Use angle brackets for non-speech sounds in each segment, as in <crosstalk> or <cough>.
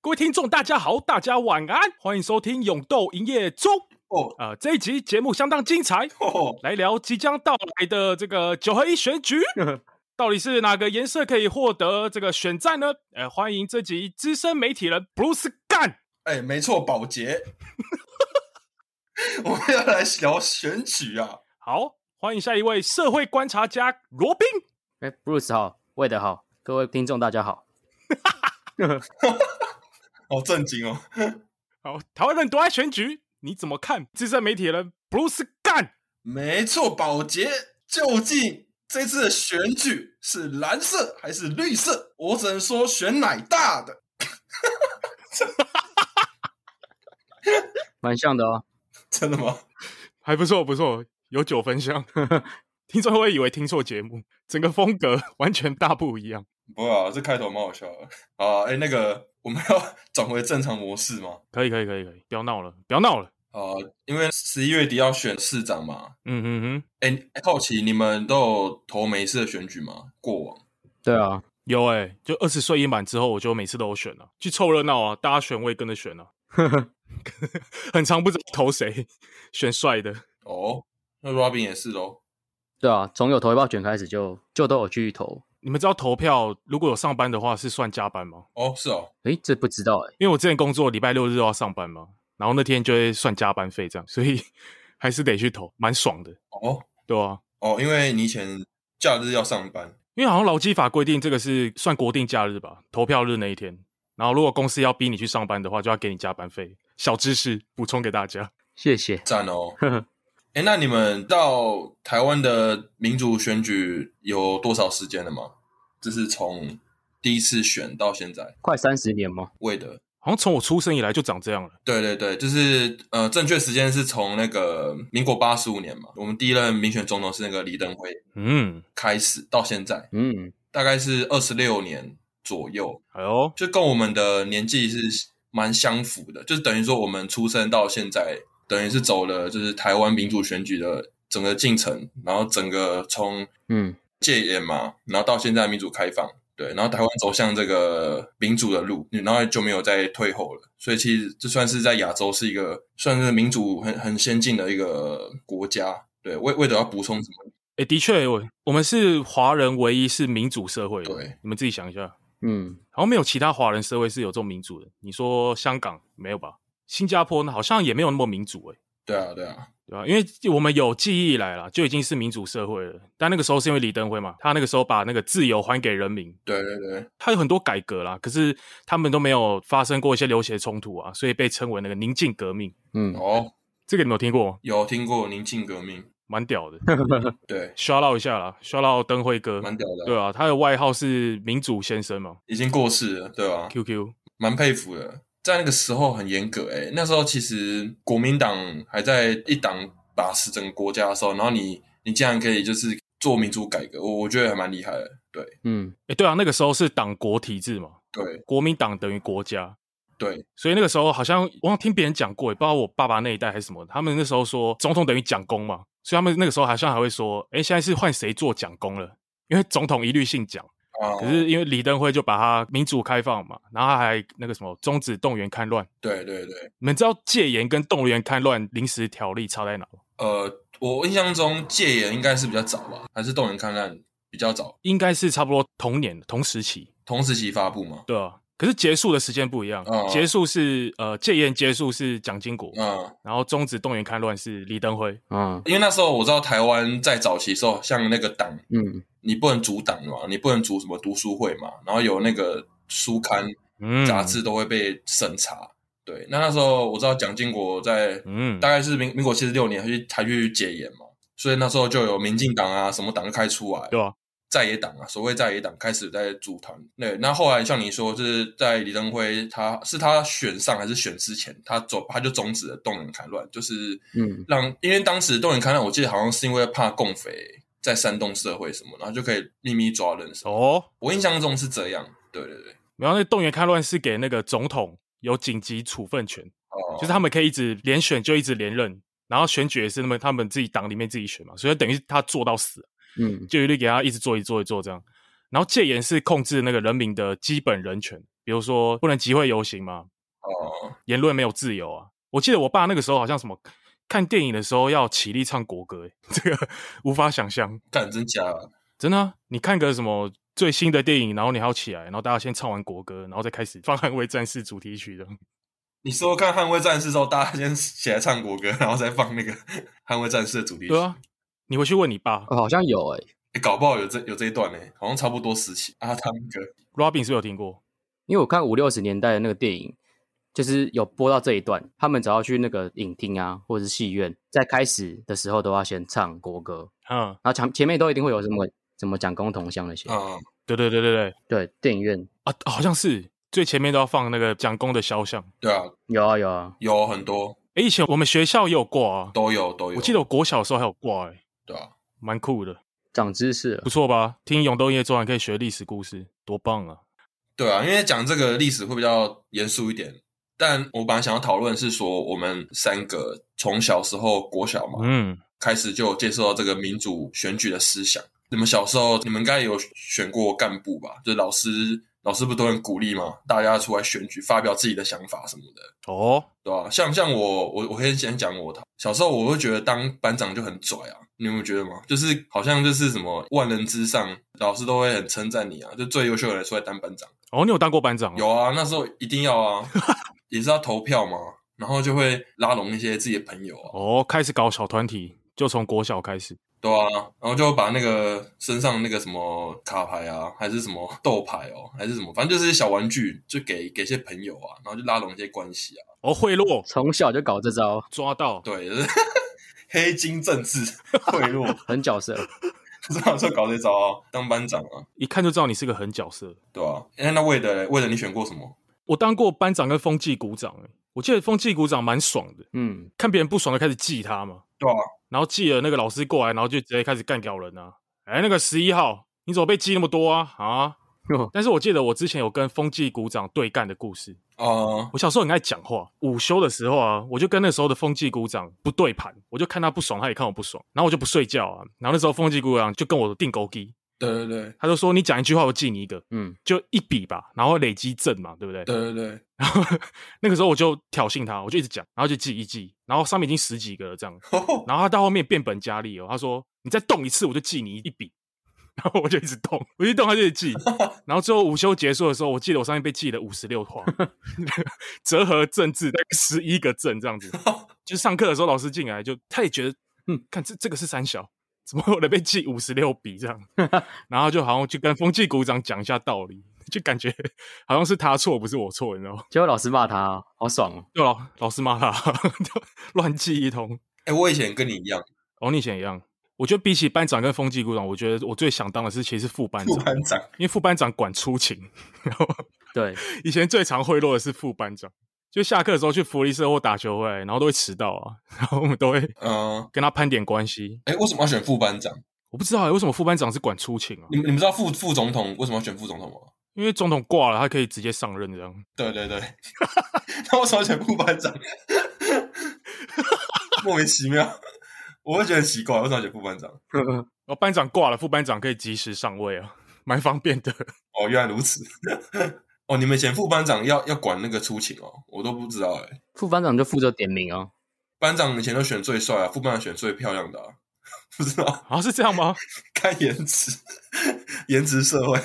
各位听众，大家好，大家晚安，欢迎收听《勇斗营业中》哦。呃，这一集节目相当精彩，哦，来聊即将到来的这个九合一选 <laughs> 举，到底是哪个颜色可以获得这个选战呢？呃，欢迎这集资深媒体人 Bruce 干。哎，没错，保洁， <laughs> 我们要来聊选举啊。好，欢迎下一位社会观察家罗宾。哎，Bruce 好，魏德好，各位听众大家好。好震惊哦！好，台湾人都爱选举，你怎么看？资深媒体人 Bruce 干。没错，保洁，究竟这次的选举是蓝色还是绿色？我只能说选奶大的。蛮像的哦。真的吗？还不错，不错，有酒分享。 <laughs> 听众会以为听错节目，整个风格完全大不一样。不会啊，这开头蛮好笑的啊。哎，那个，我们要 <laughs> 转回正常模式吗？可以，可以，可以，可以，不要闹了，不要闹了。啊，因为十一月底要选市长嘛。嗯哼哼，哎，好奇你们都有投每一次的选举吗？过往对啊，有哎、就二十岁一满之后，我就每次都有选了、去凑热闹啊，大家选我也跟着选啊。很长不知道投谁，选帅的。哦，那 Robin 也是喽。对啊，从有投票权开始就就都有去投。你们知道投票如果有上班的话是算加班吗？哦，是哦，诶，这不知道诶，因为我之前工作礼拜六日都要上班嘛，然后那天就会算加班费这样，所以 <laughs> 还是得去投，蛮爽的，哦对啊。哦，因为你以前假日要上班，因为好像劳基法规定这个是算国定假日吧，投票日那一天。然后如果公司要逼你去上班的话，就要给你加班费。小知识补充给大家。谢谢。赞哦。哎，那你们到台湾的民主选举有多少时间了吗？这是从第一次选到现在，快三十年吗？为的。好像从我出生以来就长这样了。对对对，就是呃，正确时间是从那个民国八十五年嘛，我们第一任民选总统是那个李登辉嗯，开始到现在，嗯，大概是二十六年左右。哎呦，就跟我们的年纪是蛮相符的，就是等于说我们出生到现在，等于是走了就是台湾民主选举的整个进程，然后整个从嗯，戒严嘛，然后到现在民主开放，对，然后台湾走向这个民主的路，然后就没有再退后了，所以其实这算是在亚洲是一个算是民主很很先进的一个国家。对，为为了要补充什么？哎，的确，我我们是华人唯一是民主社会的。对，你们自己想一下，嗯，好像没有其他华人社会是有这种民主的。你说香港没有吧？新加坡呢，好像也没有那么民主哎、对啊，对啊，对吧、因为我们有记忆以来啦，就已经是民主社会了。但那个时候是因为李登辉嘛，他那个时候把那个自由还给人民，对对对，它有很多改革啦，可是他们都没有发生过一些流血冲突啊，所以被称为那个宁静革命。嗯，哦，这个你们有听过吗？有听过宁静革命？蛮屌 <laughs> 的对， ，shout out 一下啦，shout out 灯辉哥，蛮屌的啊、对啊，他的外号是民主先生嘛已经过世了，对吧、 ，QQ，蛮佩服的。在那个时候很严格、欸，那时候其实国民党还在一党把持整个国家的时候，然后你你竟然可以就是做民主改革，我我觉得还蛮厉害的。对嗯，哎，对啊，那个时候是党国体制嘛，对国民党等于国家，对，所以那个时候好像我好像听别人讲过，也不知道我爸爸那一代还是什么，他们那时候说总统等于蒋公嘛，所以他们那个时候好像还会说，哎，现在是换谁做蒋公了，因为总统一律姓蒋。啊，可是因为李登辉就把他民主开放嘛，然后他还那个什么终止动员戡乱。对对对，你们知道戒严跟动员戡乱临时条例差在哪吗？呃，我印象中戒严应该是比较早吧，还是动员戡乱比较早，应该是差不多同年同时期，同时期发布嘛？对啊。可是结束的时间不一样，哦结束是呃戒严结束是蒋经国，嗯，然后终止动员戡乱是李登辉。啊，因为那时候我知道台湾在早期的时候，像那个党嗯，你不能组党嘛，你不能组什么读书会嘛，然后有那个书刊嗯杂，志都会被审查。对，那那时候我知道蒋经国在嗯大，概是民民国七十六年才去才去解严嘛，所以那时候就有民进党啊什么党就开出来，对啊，在野党啊，所谓在野党开始在组团。对，那后来像你说，就是在李登辉他是他选上还是选之前，他走他就终止了动员戡乱，就是嗯让因为当时动员戡乱，我记得好像是因为怕共匪在煽动社会什么，然后就可以秘密抓人什么。哦，我印象中是这样，对对对，然后那动员戡乱是给那个总统有紧急处分权，哦，就是他们可以一直连选就一直连任，然后选举也是那么他们自己党里面自己选嘛，所以等于是他做到死，嗯就一律给他一直做一直做一直做这样。然后戒严是控制那个人民的基本人权，比如说不能集会游行嘛，哦，言论没有自由啊。我记得我爸那个时候好像什么看电影的时候要起立唱国歌、欸， <laughs> 这个无法想象，干真假？真的啊、你看个什么最新的电影，然后你还要起来，然后大家先唱完国歌，然后再开始放《捍卫战士》主题曲的。你说看《捍卫战士》之后，大家先起来唱国歌，然后再放那个 <laughs> 《捍卫战士》的主题曲。对啊，你回去问你爸哦好像有哎、欸搞不好有这有这一段呢、好像差不多时期。阿汤哥， ，Robin 是不是有听过？因为我看五六十年代的那个电影，就是有播到这一段，他们只要去那个影厅啊，或者是戏院，在开始的时候都要先唱国歌，嗯，然后前前面都一定会有什么什么蒋公同乡那些，嗯，对对对对对，对，电影院啊，好像是最前面都要放那个蒋公的肖像。对啊，有啊有啊，有很多诶，以前我们学校也有挂啊，都有都有。我记得我国小的时候还有挂、欸，对啊，蛮酷的，长知识了不，错吧？听永动夜周还可以学历史故事，多棒啊！对啊，因为讲这个历史会比较严肃一点。但我本来想要讨论是说，我们三个从小时候国小嘛，嗯，开始就有接受到这个民主选举的思想。你们小时候，你们应该有选过干部吧？就是老师，老师不都很鼓励吗？大家出来选举，发表自己的想法什么的。哦，对吧、像像我，我我可以先讲我的小时候，我会觉得当班长就很拽啊，你有没有觉得吗？就是好像就是什么万人之上，老师都会很称赞你啊，就最优秀的人出来当班长。哦，你有当过班长、哦？有啊，那时候一定要啊，也是要投票嘛，然后就会拉拢一些自己的朋友啊，哦，开始搞小团体，就从国小开始。对啊，然后就把那个身上那个什么卡牌啊，还是什么豆牌哦， <laughs> 还是什么，反正就是小玩具，就给给一些朋友啊，然后就拉拢一些关系啊，哦，贿赂从小就搞这招，抓到，对，就是 <laughs> 黑金政治 <laughs> 贿赂。很角色，知道就搞这招啊，当班长啊，一看就知道你是个狠角色。对吧、啊？哎，那为了为了你选过什么？我当过班长跟风纪股长、欸，我记得风纪股长蛮爽的，嗯，看别人不爽就开始记他嘛，对啊，然后记了那个老师过来，然后就直接开始干掉人啊。哎，那个十一号，你怎么被记那么多啊？啊！哦但是我记得我之前有跟风纪股长对干的故事。啊、我小时候很爱讲话，午休的时候啊，我就跟那时候的风纪股长不对盘，我就看他不爽，他也看我不爽，然后我就不睡觉啊。然后那时候风纪股长就跟我定勾机，对对对，他就说你讲一句话，我记你一个，嗯，就一笔吧，然后累积正嘛，对不对？对对对， <laughs> 然后 <laughs> 那个时候我就挑衅他，我就一直讲，然后就记一记，然后上面已经十几个了这样，然后他到后面变本加厉哦，他说你再动一次我就记你一笔，然后我就一直动，我一直动他就一直记，然后最后午休结束的时候，我记得我上面被记了五十六画， <laughs> 折合政治大概十一个正这样子，就是上课的时候老师进来就他也觉得，嗯，看这这个是三小。怎么我得被记五十六笔这样？然后就好像就跟风纪股长讲一下道理，就感觉好像是他错，不是我错，你知道吗？结果老师骂他，好爽哦，对老老师骂他， <laughs> 就乱记一通。哎，我以前跟你一样，哦，你以前也一样。我觉得比起班长跟风纪股长，我觉得我最想当的是其实是副班副长，班长，因为副班长管出勤，然后对，以前最常贿赂的是副班长，就下课的时候去福利社或打球回来，然后都会迟到啊， <laughs> 然后我们都会嗯、跟他攀点关系。诶哎，为什么要选副班长？我不知道、欸、为什么副班长是管出勤啊你，们你们知道副副总统为什么要选副总统吗？因为总统挂了，他可以直接上任这样。对对 <laughs> 对，那为什么要选副班长？莫名其妙，我会觉得很奇怪，为什么要选副班长？然后哦班长挂了，副班长可以及时上位啊， <laughs> 蛮方便的。哦，原来如此。哦，你们以前副班长要要管那个出勤哦，我都不知道哎。副班长就负责点名哦，班长以前都选最帅啊，副班长选最漂亮的、啊，不知道。啊，是这样吗？看颜值， <laughs> 颜值社会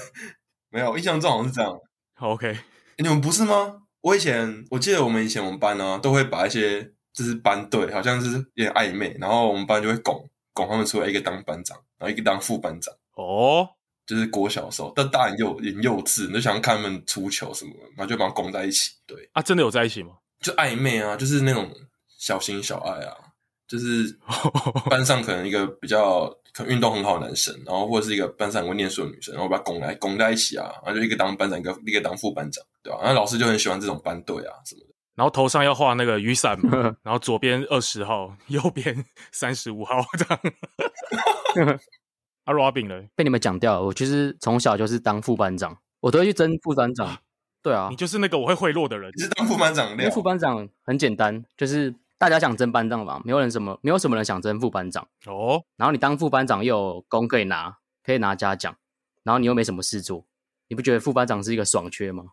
没有，我印象中好像是这样。好，OK，诶你们不是吗？我以前我记得我们以前我们班呢、都会把一些就是班队，好像是有点暧昧，然后我们班就会拱拱他们出来，一个当班长，然后一个当副班长，哦，就是国小的时候，但大人幼很幼稚，你就想看他们出糗什么的，然后就把他们拱在一起，对，啊，真的有在一起吗？就暧昧啊，就是那种小情小爱 <laughs> 啊，就是班上可能一个比较可能运动很好的男生，然后或者是一个班上很会念书的女生，然后把她拱来拱在一起啊，然后就一个当班长，一个一个当副班长，对吧、然后老师就很喜欢这种班队啊什么的。然后头上要画那个雨伞嘛，嗯然后左边二十号，右边三十五号这样。啊，Robin 嘞，被你们讲掉了，我其实从小就是当副班长，我都会去争副班长，对啊你，就是那个我会贿赂的人你是当副班长的因料为副班长很简单，就是大家想争班长吧，没有人什么，没有什么人想争副班长。哦，然后你当副班长又有功可以拿，可以拿嘉奖，然后你又没什么事做，你不觉得副班长是一个爽缺吗？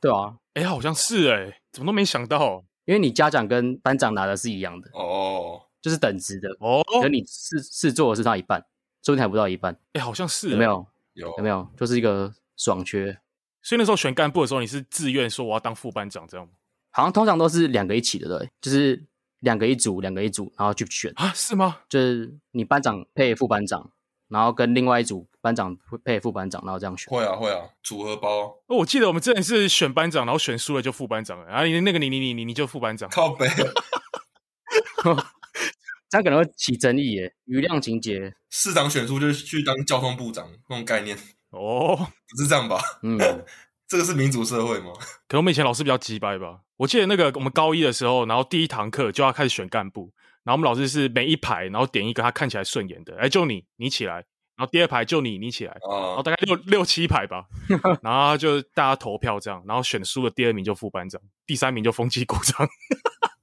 对啊，哎、好像是哎、怎么都没想到因为你嘉奖跟班长拿的是一样的，哦，就是等值的，哦，可你事事做的是他一半，说不定还不到一半，哎、好像是、有没？有？有有没有？就是一个爽缺，所以那时候选干部的时候，你是自愿说我要当副班长这样吗？好像通常都是两个一起的，对不对，就是两个一组，两个一组，然后去选，啊，是吗？就是你班长配副班长，然后跟另外一组班长配副班长，然后这样选。会啊会啊，组合包哦，我记得我们之前是选班长，然后选输了就副班长了，然后你那个你你你你你就副班长，靠背这样可能会起争议耶，余量情节， <laughs> 市长选出就是去当交通部长那种概念，哦，不是这样吧？嗯，这个是民主社会吗？可能我们以前老师比较鸡掰吧。我记得那个我们高一的时候，然后第一堂课就要开始选干部，然后我们老师是每一排，然后点一个他看起来顺眼的，哎，就你，你起来。然后第二排就你，你起来。然啊后，大概六六七排 <laughs> 吧，然后就大家投票这样，然后选输的第二名就副班长，第三名就风纪股长， <laughs>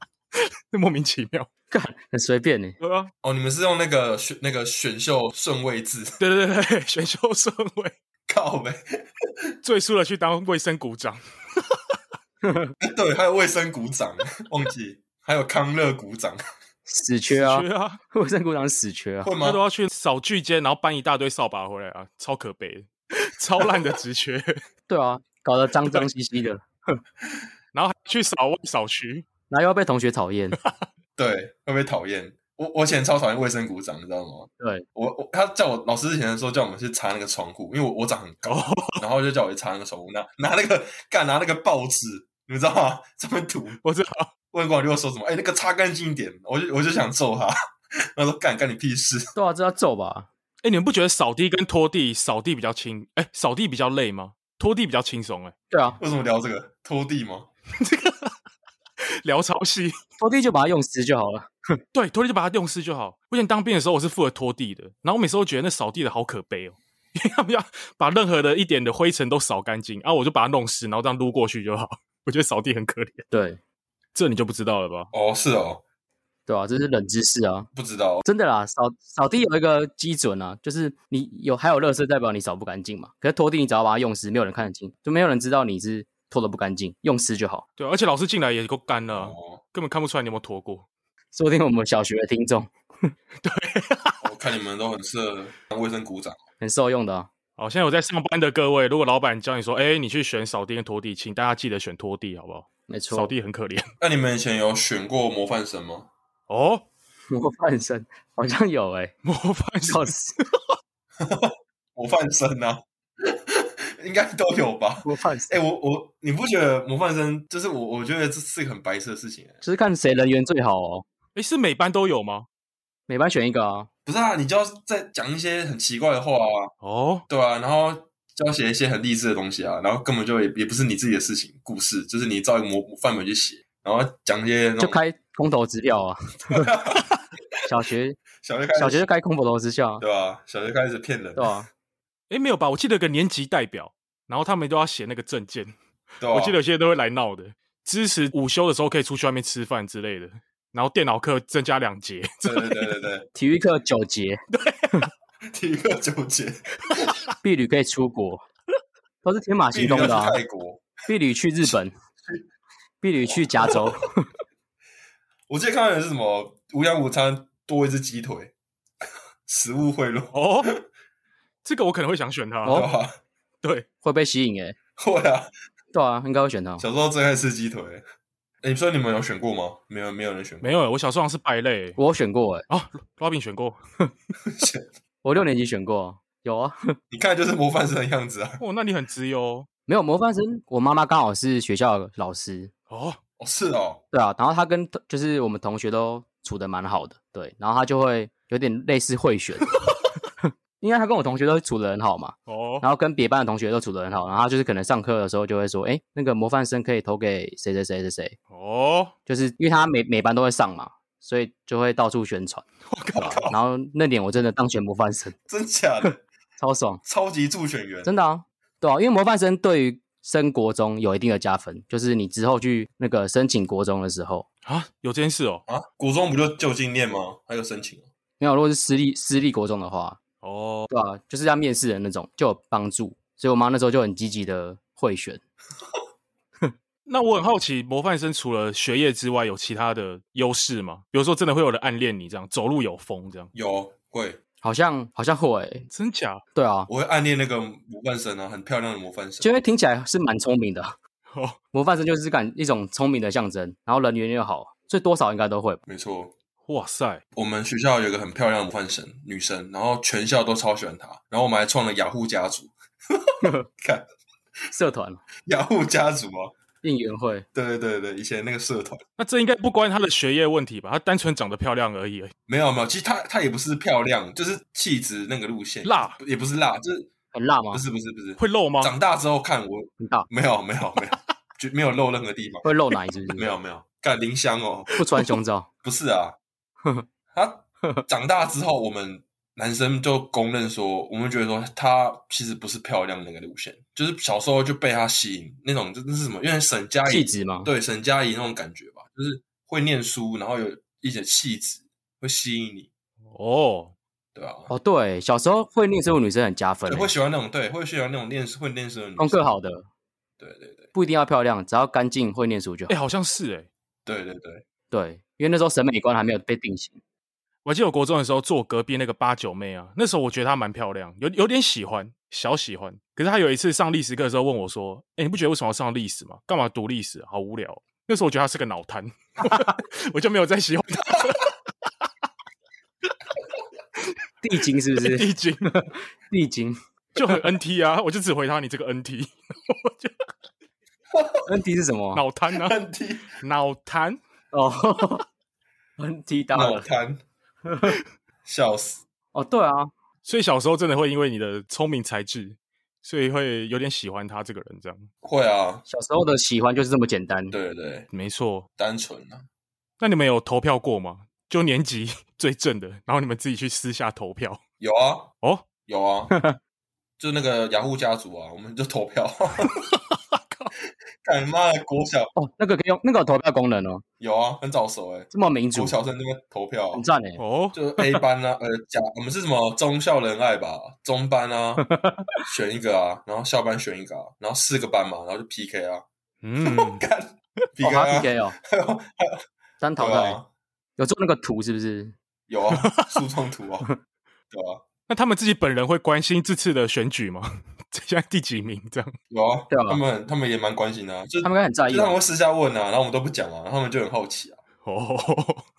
莫名其妙。很随便呢。对啊，哦，你们是用那个选那个选秀顺位制， <laughs> 对对对对，选秀顺位靠背，最输的去当卫生股长。对，还有卫生股长，忘记，还有康乐股长，死缺啊，对啊， <laughs> 卫生股长死缺啊，会吗他都？要去扫巨间，然后搬一大堆扫把回来啊，超可悲的，超烂的职缺。对啊，搞得脏脏兮兮的，然后还去扫外扫区，然后又要被同学讨厌，对，会被讨厌。我我以前超讨厌卫生股长，你知道吗？对，我我他叫我老师以前的时候叫我们去擦那个窗户，因为我我长很高，哦然后就叫我去擦那个窗户，拿拿那个干拿那个报纸，你们知道吗？这么涂，我知道。问管理又说什么？哎、那个擦干净一点，我就我就想揍他。 <laughs> 他说干干你屁事，对啊，这要揍吧？哎、你们不觉得扫地跟拖地，扫地比较轻？哎、扫地比较累吗？拖地比较轻松哎，对啊，为什么聊这个拖地吗？ <laughs> 聊潮汐。拖地就把它用湿就好了。对，拖地就把它用湿就好。我以前当兵的时候，我是负责拖地的，然后我每次都觉得那扫地的好可悲哦， <laughs> 因为他们要把任何的一点的灰尘都扫干净，然、啊、后我就把它弄湿，然后这样撸过去就好。 <laughs> 我觉得扫地很可怜，对，这你就不知道了吧？哦，是哦，对啊，这是冷知识啊，不知道真的啦，扫扫地有一个基准啊，就是你有还有垃圾代表你扫不干净嘛，可是拖地你只要把它用湿，没有人看得清，就没有人知道你是拖的不干净，用湿就好。对，而且老师进来也够干了啊、哦。根本看不出来你有没有拖过。说不定我们小学的听众我看你们都很适合当卫生股长，很受用的、啊，好，现在有在上班的各位，如果老板叫你说，哎、你去选扫地跟拖地，请大家记得选拖地，好不好？没错。扫地很可怜。那你们以前有选过模范生吗？哦，模范生好像有哎、欸，模 <laughs> 范生笑死，模范生啊， <laughs> 应该都有吧？模范哎、生我我你不觉得模范生就是我？我觉得这是个很白痴的事情、欸。就是看谁人缘最好哦，哎，是每班都有吗？每班选一个啊。不是啊，你就要再讲一些很奇怪的话啊，哦，对啊，然后就要写一些很励志的东西啊，然后根本就也也不是你自己的事情，故事就是你照一个模范本去写，然后讲一些那就种开空头支票啊。小学小学开始小学就开空头支票啊，对吧、小学开始骗人，对吧、啊？哎，没有吧？我记得有个年级代表，然后他们都要写那个证件。对吧、啊我记得有些人都会来闹的，支持午休的时候可以出去外面吃饭之类的，然后电脑课增加两节。对对对对对， <laughs> 体育课九节，体育课纠结，婢女可以出国，都是天马必行须要空去的啊。泰国。婢女去日本，婢女去加州，我记得看到有是什么无氧午餐多一只鸡腿， <laughs> 食物贿赂，哦， <laughs> 这个我可能会想选他。 <laughs> 对哦吧、 <laughs> 对，会被吸引哎、欸。会啊，对啊，应该会选到。小时候最爱吃鸡腿。哎、你说你们有选过吗？没有，没有人选过。没有欸，我小时候好像是败类欸。我有选过哎、欸，啊，Robin 选过，我六年级选过啊，有啊。你看就是模范生的样子啊。哦，那你很直哦。没有模范生，我妈妈刚好是学校的老师，哦，哦，是哦，对啊，然后他跟就是我们同学都处的蛮好的，对，然后他就会有点类似贿选， <laughs> 因为他跟我同学都处的很好嘛，哦，然后跟别班的同学都处的很好，然后他就是可能上课的时候就会说，哎，那个模范生可以投给谁谁谁谁谁，哦，就是因为他每每班都会上嘛，所以就会到处宣传，对吧、哦然后那年我真的当选模范生， <laughs> 真假的，超爽，超级助选员。真的啊，对啊，因为模范生对于升国中有一定的加分，就是你之后去那个申请国中的时候，啊，有这件事哦。啊，国中不就就近念吗？还有申请哦没有，如果是私立私立国中的话，哦，对吧、就是要面试的那种，就有帮助。所以我妈那时候就很积极的会选。那我很好奇，模范生除了学业之外，有其他的优势吗？比如说，真的会有人暗恋你，这样走路有风，这样有会，好像好像会、真假？对啊，我会暗恋那个模范生啊，很漂亮的模范就生。因为听起来是蛮聪明的，哦， <laughs> 模范生就是感一种聪明的象征，然后人缘又好，所以多少应该都会吧。没错，哇塞，我们学校有一个很漂亮的模范生女生，然后全校都超喜欢她，然后我们还创了雅虎家族， <laughs> 看社团雅虎家族啊，应援会，对对对对，以前那个社团。那这应该不关他的学业问题吧？他单纯长得漂亮而已。哎没有没有，其实她她也不是漂亮，就是气质那个路线，辣也不是辣，就是很辣吗不？是不是不是，会露吗？长大之后看我很大，没有没有没有，就没有露任何地方，会露奶是不 <laughs> 是？没有没有，干林香哦，不穿胸罩，不 <laughs> 是啊，她长大之后，我们男生就公认说，我们觉得说她其实不是漂亮那个路线，就是小时候就被她吸引那种，这这是什么？因为沈佳气宜质吗？哎对沈佳宜那种感觉吧，就是会念书，然后有一些气质会吸引你，哦，对吧、哦，对，小时候会念书的女生很加分、对，欸会，喜欢那种对，会喜欢那种念书会念书的女生功课，好的对对对不一定要漂亮，只要干净会念书就好。哎、好像是哎、对对对，对，因为那时候审美观还没有被定型。我还记得我国中的时候坐我隔壁那个八九妹啊，那时候我觉得她蛮漂亮，有有点喜欢，小喜欢。可是她有一次上历史课的时候问我说：“哎、你不觉得为什么要上历史吗？干嘛读历史？好无聊哦、那时候我觉得她是个脑瘫， <laughs> 我就没有再喜欢地精是不 <laughs> 是？地精，地精就很 NT 啊，我就只回她你这个 NT ，NT 是什么？脑瘫啊，烂 <laughs> 踢脑瘫。哦，NT 大 <laughs> 脑了。瘫，笑死！哦，对啊，所以小时候真的会因为你的聪明才智，所以会有点喜欢她这个人，这样会啊，小时候的喜欢就是这么简单。对对，没错。单纯啊，那你们有投票过吗？就年级 <laughs> 最正的，然后你们自己去私下投票有啊哦。有 <laughs> 啊，就那个雅虎家族啊，我们就投票。干妈的国小哦，那个可以用那个有投票功能哦，有啊，很早熟哎、欸，这么民主国，小生那边投票、啊很，赞哎。哦，就 A 班啊，呃，甲我们是什么中校仁爱吧，中班啊，选一个啊，然后校班选一个啊，然后四个班嘛，然后就 PK 啊嗯， ，PK 哦还啊要，PK 哦，还 <laughs> 有还有单淘对汰啊，有做那个图是不是？有啊，树状图啊，对啊，那他们自己本人会关心这次的选举吗？ <laughs> 现在第几名这样？有啊，对啊他们他们也蛮关心的、啊，就他们应该很在就意他们吧。会私下问啊，然后我们都不讲啊，然后他们就很好奇啊，哦，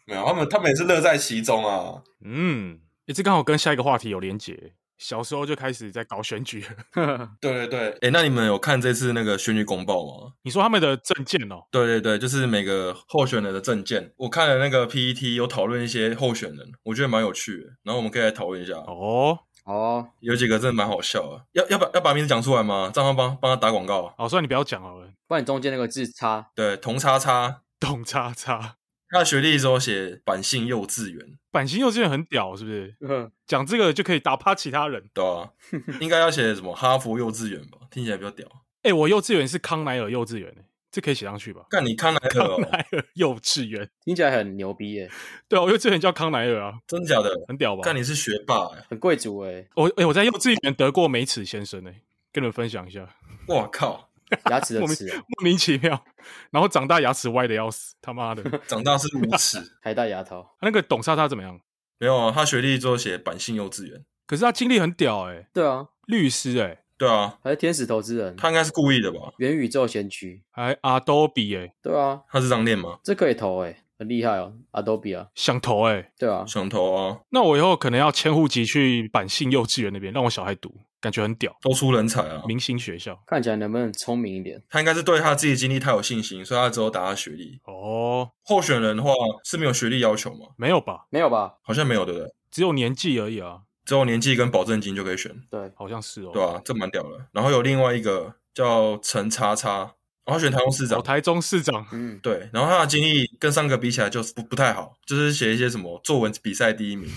没有，他们他们也是乐在其中啊，嗯，诶这刚好跟下一个话题有连结。小时候就开始在搞选举了，对对对，哎、那你们有看这次那个选举公报吗？你说他们的证件哦，对对对，就是每个候选人的证件，我看了那个 PET 有讨论一些候选人，我觉得蛮有趣的，然后我们可以来讨论一下，哦，哦，有几个真的蛮好笑的，要要把要把名字讲出来吗？这样帮帮他打广告啊，哦，算你不要讲好了，不然你中间那个字 <laughs> 差对，童叉叉， <laughs> 董叉叉，他的学历只有写板信幼稚园，板型幼稚园很屌，是不是？讲这个就可以打趴其他人。对啊， <laughs> 应该要写什么哈佛幼稚园吧，听起来比较屌。哎、我幼稚园是康奈尔幼稚园、欸，这可以写上去吧？干你康莱尔、康哦，奈尔幼稚园，听起来很牛逼耶，对啊，我幼稚园叫康奈尔啊，真假的？很屌吧？干你是学霸、欸，很贵族 <laughs> 哎，我哎、我在幼稚园得过美齿先生呢、哎跟你们分享一下， <laughs> 我靠！牙齿的莫名齿啊，莫名其妙。然后长大牙齿歪的要死，他妈的！ <laughs> 啊长大是无耻。还戴牙套，那个董莎莎怎么样？ <laughs> 没有啊，他学历之后写板信幼稚园。可是他经历很屌哎、对啊，律师哎、对啊，还是天使投资人，他应该是故意的吧？元宇宙先驱，还 Adobe 哎、对啊，他是这样念吗？这可以投哎，很厉害哦，Adobe 啊，想投哎、对啊，想投啊，那我以后可能要迁户籍去板信幼稚园那边，让我小孩读，感觉很屌，都出人才啊！明星学校看起来能不能聪明一点？他应该是对他自己的经历太有信心，所以他只有打他学历。哦，候选人的话是没有学历要求吗？没有吧？没有吧？好像没有，对不对？只有年纪而已啊，只有年纪跟保证金就可以选，对，好像是哦。对啊，这蛮屌的。然后有另外一个叫陈叉叉，然后他选台中市长哦，，台中市长 <laughs> 嗯，对，然后他的经历跟上个比 <laughs> 起来就是不不太好，就是写一些什么作文比赛第一名，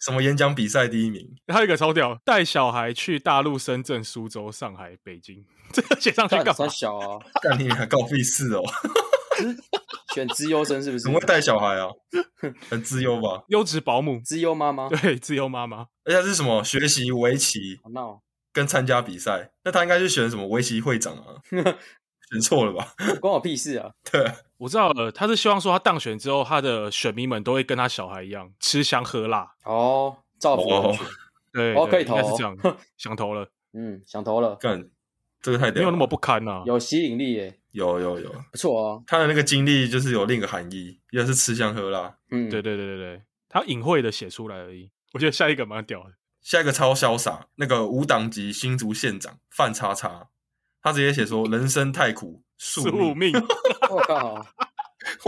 什么演讲比赛第一名，还有一个超屌，带小孩去大陆、深圳、苏州、上海、北京， <laughs> 这个写上去干干嘛三？小啊，干你俩告屁事 <laughs> 哦！选资优生是不是怎？么会 <laughs> 带小孩啊？很自由吧？优质保姆，资优妈妈，对，自由妈妈，而且他是什么学习围棋好闹哦，跟参加比赛，那他应该是选什么围棋会长 <laughs> 啊？选错了吧？关我屁事啊！对，我知道了，他是希望说他当选之后，他的选民们都会跟他小孩一样吃香喝辣。哦，造福人群，对，哦对可以投应该是哦这样，想 <laughs> 投了，嗯，想投了，干这个太屌了，没有那么不堪呐、啊。有吸引力耶，有有有，不错啊哦，他的那个经历就是有另一个含义，一个是吃香喝辣。嗯，对对对对对，他隐晦的写出来而已。我觉得下一个蛮屌的，下一个超潇洒，那个无党籍新竹县长范叉叉，他直接写说人生太苦，宿宿命命，命。 <laughs> <laughs> 我哦靠，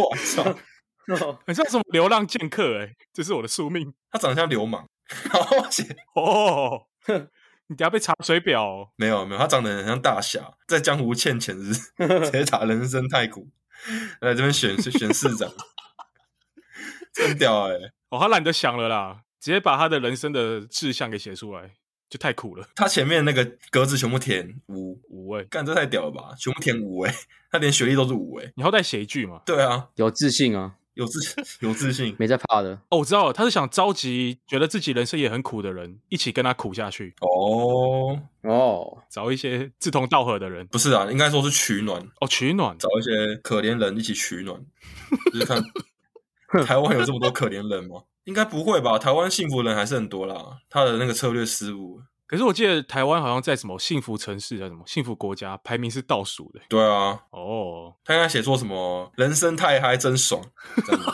我操，很像什么流浪剑客哎、这是我的宿命他长得像流氓， <laughs> 然后写 <laughs> 哦。你等下被查水表、哦，没有没有，他长得很像大侠，在江湖欠钱日 <laughs> 直接打人生太苦，来这边选选市长， <laughs> 真屌哎、哦，他懒得想了啦，直接把他的人生的志向给写出来，就太苦了，他前面那个格子全部填五，无味。干这太屌了吧，全部填五哎、 <laughs> 他连学历都是五哎、你好歹写一句嘛。对啊，有自信啊，有自 <laughs> 有自信没在怕的，哦，我知道了，他是想召集觉得自己人生也很苦的人，一起跟他苦下去，哦，哦， <laughs> 找一些志同道合的人不是啊，应该说是取暖，哦，取暖。找一些可怜人一起取暖， <laughs> 就是看台湾有这么多可怜人吗？应该不会吧，台湾幸福人还是很多啦，他的那个策略失误。可是我记得台湾好像在什么幸福城市啊，什么幸福国家排名是倒数的对啊，哦。他应该写说什么“人生太嗨，真爽”，这样吗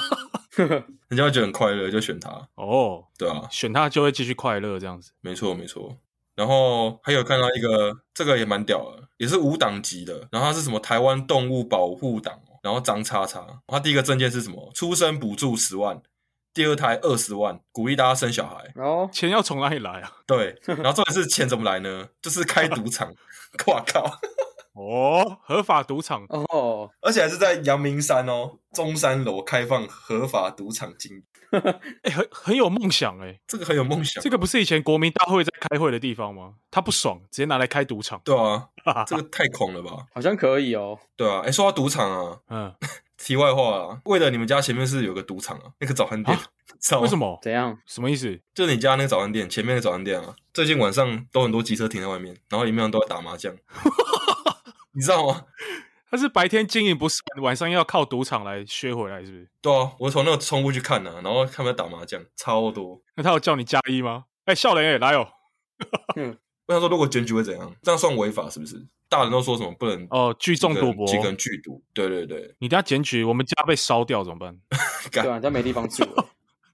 人家会觉得很快乐，就选他，哦，对啊，选他就会继续快乐这样子。没错没错。然后还有看到一个，这个也蛮屌的，也是无党籍的，然后他是什么台湾动物保护党哦，然后张叉叉，他第一个证件是什么？出生补助十万，第二胎二十万，鼓励大家生小孩。哦，钱要从哪里来啊？ <laughs> 对，然后重点是钱怎么来呢？就是开赌场，哇靠！ <laughs> 哦，合法赌场哦，而且还是在阳明山哦，中山楼开放合法赌场经营，哎、很很有梦想哎、这个很有梦想。这个不是以前国民大会在开会的地方吗？他不爽，直接拿来开赌场。对啊， <laughs> 这个太狂了吧？好像可以哦，对啊，哎，说到赌场啊，嗯，题外话啊，为了你们家前面是有个赌场啊，那个早餐店， <laughs> 知道吗为什？么？怎样？什么意思？就你家那个早餐店前面的早餐店啊，最近晚上都很多机车停在外面，然后里面人都在打 <laughs> 麻将，你知道吗？他是白天经营不善，晚上要靠赌场来削回来，是不是？对啊，我从那个窗户去看啊，然后他们在打麻将，超多。那他有叫你加一吗？哎、笑人哎、来哦，嗯 <laughs> 我想说，如果检举会怎样？这样算违法是不是？大人都说什么不能哦，聚众赌博几，个人聚赌？对对对， <laughs> 你等下检举，我们家被烧掉怎么办？ <laughs> 干对啊，他没地方 <laughs> 住了，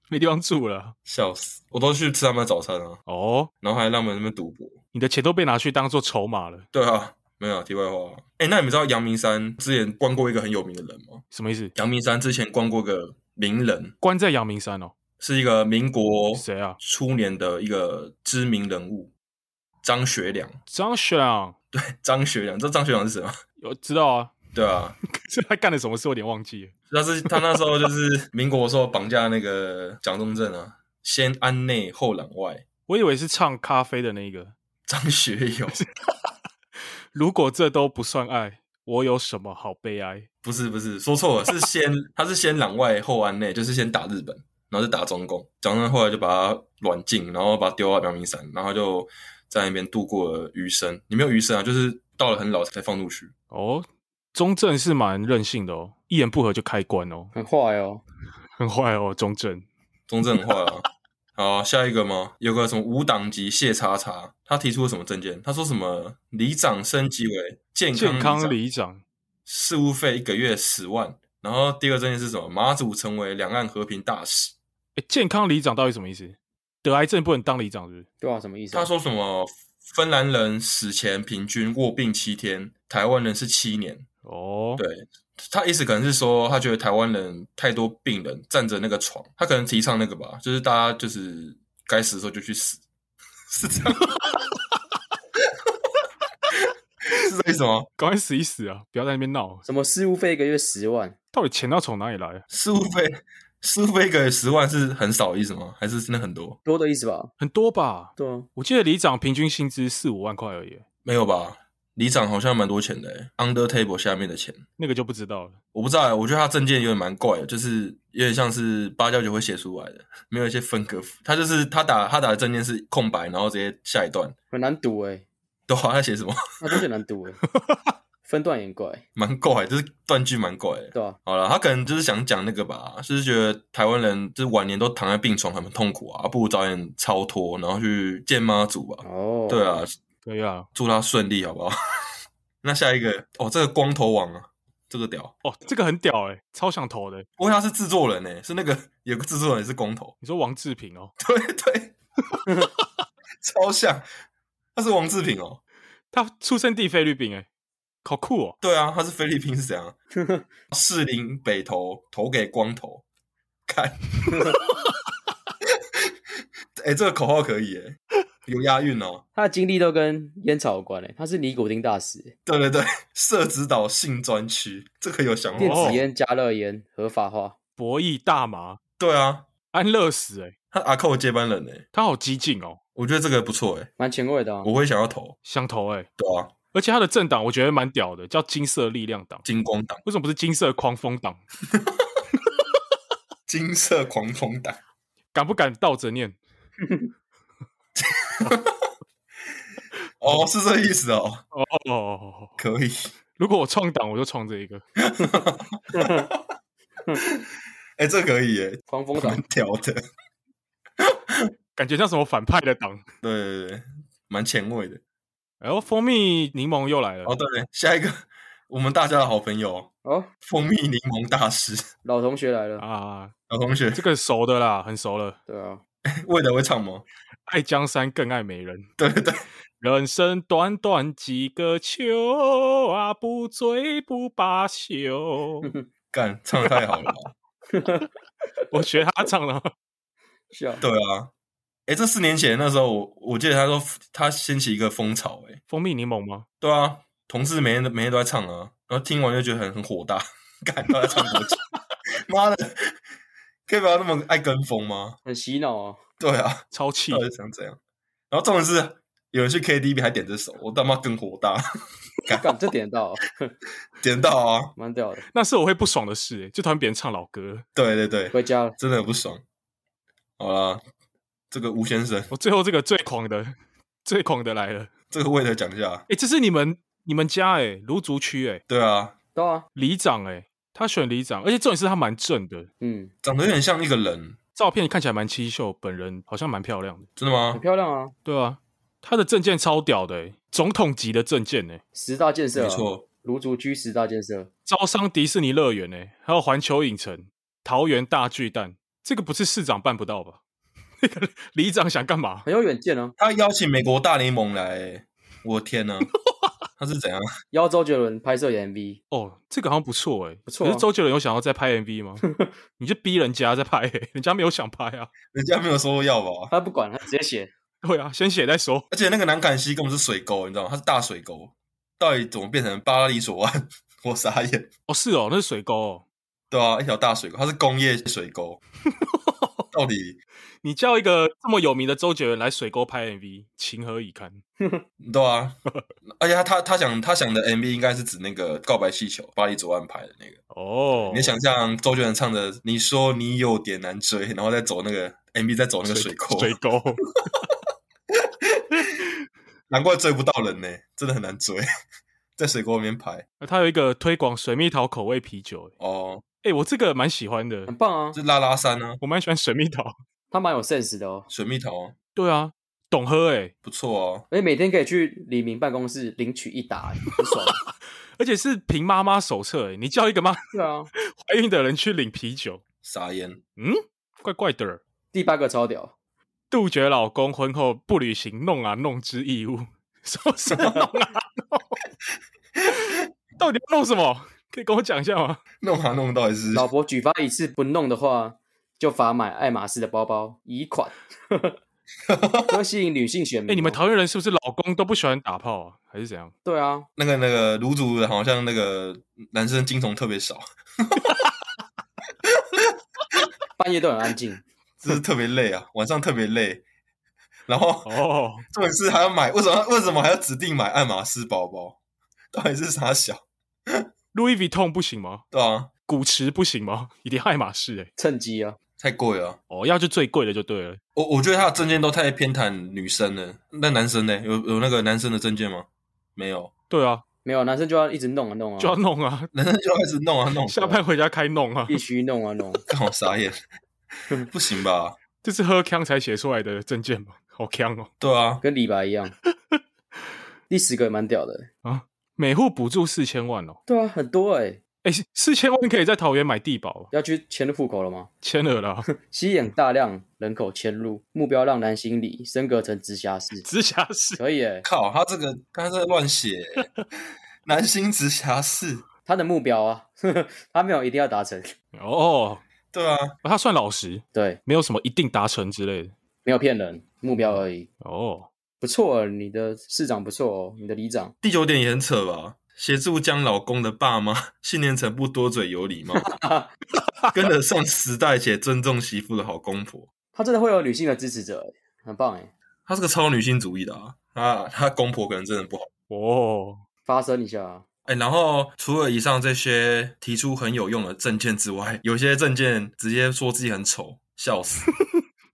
没地方住了笑死！我都去吃他们的早餐啊，哦，然后还让他们在那边赌博。你的钱都被拿去当做筹码了，对啊，没有题外话。哎、那你们知道阳明山之前关过一个很有名的人吗？什么意思？阳明山之前关过个名人，关在阳明山哦，是一个民国谁啊？初年的一个知名人物，张学良。 <laughs> 张学良，张学良，你知道张学良是谁吗？ <laughs> 我知道啊， <laughs> 对啊，可是他干了什么事，我有点忘记了。他是他那时候就是民国的时候绑架那个蒋中正啊，先安内后攘外。我以为是唱咖啡的那一个。张学友如果这都不算爱，我有什么好悲哀？不是不是说错了，是先他是先攘外后安内，就是先打日本，然后再打中共。蒋中正后来就把他软禁，然后把他丢到阳明山，然后就在那边度过了余生。你没有余生啊，就是到了很老才放出去。哦，中正是蛮任性的哦，一言不合就开关哦， <laughs> 很坏哦，很坏哦，中正。中正很坏啊。好，下一个吗？有个什么无党籍谢叉叉，他提出了什么证件？他说什么里长升级为健康健康里长，里长事务费一个月十万。然后第二个证件是什么？马祖成为两岸和平大使。诶健康里长到底什么意思？得癌症不能当里长是不是？对啊，什么意思啊？他说什么？芬兰人死前平均卧病七天，台湾人是七年。哦，对他意思可能是说，他觉得台湾人太多病人占着那个床，他可能提倡那个吧，就是大家就是该死的时候就去死，是这样吗，是这意思吗？赶快死一死啊！不要在那边闹，什么事务费一个月十万，到底钱要从哪里来？啊事务费师傅一个月十万是很少的意思吗？还是真的很多？多的意思吧？很多吧？对啊，我记得里长平均薪资四五万块而已，没有吧？里长好像蛮多钱的、欸、，Under Table 下面的钱，那个就不知道了。我不知道、欸，我觉得他证件有点蛮怪的，就是有点像是八加九会写出来的，没有一些分割符。他就是他打他打的证件是空白，然后直接下一段，很难读哎、对啊，他写什么？那真的难 <laughs> 读哎、分段也怪，蛮怪，就是断句蛮怪的。对啊吧、好了，他可能就是想讲那个吧，就是觉得台湾人就是晚年都躺在病床很痛苦啊，不如早点超脱，然后去见妈祖吧。哦，对啊，对啊，祝他顺利好不好？ <laughs> 那下一个哦，这个光头王啊，这个屌，哦，这个很屌哎、超想投的。不过他是制作人呢、欸是那个有个制作人是光头，你说王志平哦，对对， <laughs> 超像，他是王志平哦，他出生地菲律宾哎、好酷哦。对啊，他是菲律宾是怎样？士林北投投给光头，看，哎、这个口号可以哎、有押韵哦。他的经历都跟烟草有关哎、他是尼古丁大使欸、对对对，社指导性专区，这个有想电过？哦子烟、加热烟合法化，博弈大麻对啊，安乐死哎、他阿寇接班人呢、他好激进哦，我觉得这个不错哎、蛮前卫的、啊。我会想要投。想投哎、对啊，而且他的政党我觉得蛮屌的，叫金色力量党。金光党、为什么不是金色狂风党？金色狂风党，敢不敢倒着念？哦，是这意思哦，哦哦哦哦！哦可以。如果我创党，我就创这一个。哦哎、这可以耶， <laughs> 狂风党蛮屌的，对感觉像什么反派的党。对对，蛮前卫的。哎呦，蜂蜜柠檬又来了，哦，对，下一个我们大家的好朋友哦，蜂蜜柠檬大师老同学来了，啊，老同学这，个熟的啦，很熟了。对啊，魏德会唱吗？ <laughs> 爱江山更爱美人，对对对，人生短短几个秋啊，不醉不罢休。 <laughs> 干唱的太好了吧，我学他唱的， <laughs> 笑，对啊。哎、这四年前那时候我我记得他说他掀起一个风潮、哎，蜂蜜柠檬吗？对啊，同事每天都每天都在唱啊，然后听完就觉得很很火大，干到在唱多久？ <laughs> 妈的，可以不要那么爱跟风吗？很洗脑啊，对啊，超气到，底想怎样？然后重点是有人去 KTV 还点这首，我他妈更火大，干这点到啊，点到啊！蛮屌的。那是我会不爽的事、欸，就讨厌别人唱老歌。对对对，回家了，真的很不爽。好啦，这个吴先生， <laughs> 我最后这个最狂的， <laughs> 最狂的来了。这个为了讲一下，啊哎、这是你们你们家哎、芦竹区哎、对啊，对啊，里长哎、他选里长，而且重点是他蛮正的，嗯，长得有点像一个人，照片看起来蛮清秀，本人好像蛮漂亮的。真的吗哦很？漂亮啊，对啊，他的证件超屌的、欸，总统级的证件呢、欸十大建设、啊，没，错，卢竹居十大建设，招商迪士尼乐园呢，还有环球影城、桃园大巨蛋，这个不是市长办不到吧？ <laughs> 那个里长想干嘛？很有远见啊，他邀请美国大联盟来、我的天呐、他是怎样？邀周杰伦拍摄 MV，哦，这个好像不错哎、不错啊可是周杰伦有想要再拍 MV 吗？你就逼人家在拍、欸，人家没有想拍啊。 <laughs> 人家没有说要吧？他不管，他直接写，对啊，先写再说。而且那个南坎溪根本是水沟，你知道吗？它是大水沟，到底怎么变成巴黎左岸？ <laughs> 我傻眼，哦，是哦，那是水沟、哦。对啊，一条大水沟，它是工业水沟，到底你叫一个这么有名的周杰伦来水沟拍 MV，情何以堪？对啊，而且他他他想他想的 MV 应该是指那个告白气球，巴黎左岸拍的那个。哦，你想象周杰伦唱的“你说你有点难追”，然后再走那个 MV，再走那个水沟，水沟， <laughs> 难怪追不到人呢、真的很难追，在水沟里面拍。他有一个推广水蜜桃口味啤酒、欸，哦，哎、我这个蛮喜欢的很，棒啊，这拉拉山啊，我蛮喜欢水蜜桃。他蛮有 sense 的哦。水蜜桃对啊，懂喝哎、不错哦、而且每天可以去李明办公室领取一打、欸，很 <laughs> 爽。而且是凭妈妈手册哎、你叫一个妈 <laughs> 对啊，怀孕的人去领啤酒，傻眼。嗯，怪怪的。第八个超屌，杜绝老公婚后不履行弄啊弄之义务， <laughs> 说是弄啊弄，到底要弄什么？可以跟我讲一下吗？弄啊弄到底是老婆举发一次不弄的话，就罚买爱马仕的包包以 <laughs> 款，这会吸引女性选民、哦哎、你们桃园人是不是老公都不喜欢打炮啊，还是怎样？对啊，那个那个卤煮好像那个男生精虫特别少，半夜都很安静。 <laughs> 就是特别累啊，晚上特别累。然后哦，重点是还要买，为什么为什么还要指定买爱马仕包包？到底是啥小？路易 v 痛不行吗？对啊，古驰不行吗？一定爱马仕哎、趁机啊，太贵了啊。哦，要就最贵的就对了。我我觉得他的证件都太偏袒女生了。那男生呢？有有那个男生的证件吗？没有，对啊，没有男生就要一直弄啊弄哦啊，就要弄啊，男生就开始弄啊弄。下班回家开弄啊，必须弄啊弄。看我傻眼，不行吧？这是喝康才写出来的证件吗？好康哦！对啊，跟李白一样。第十个也蛮屌的、欸每户补助四千万哦，对啊，很多哎、哎，四千万可以在桃园买地堡，要去迁入户口了吗？签了啦。 <laughs> 吸引大量人口迁入，目标让南新里升格成直辖市，直辖市可以哎、靠，他这个他这个乱写，南新直辖市，他的目标啊， <laughs> 他没有一定要达成，哦，对啊，他算老实，对，没有什么一定达成之类的。没有骗人，目标而已。哦，不错，欸你的市长不错哦，你的里长第九点也很扯吧？协助将老公的爸妈训练成不多嘴、有礼貌，跟得上时代且尊重媳妇的好公婆。他真的会有女性的支持者欸，很棒哎！她是个超女性主义的啊，她她公婆可能真的不好。哦，发声一下啊，哎，然后除了以上这些提出很有用的证件之外，有些证件直接说自己很丑，笑死。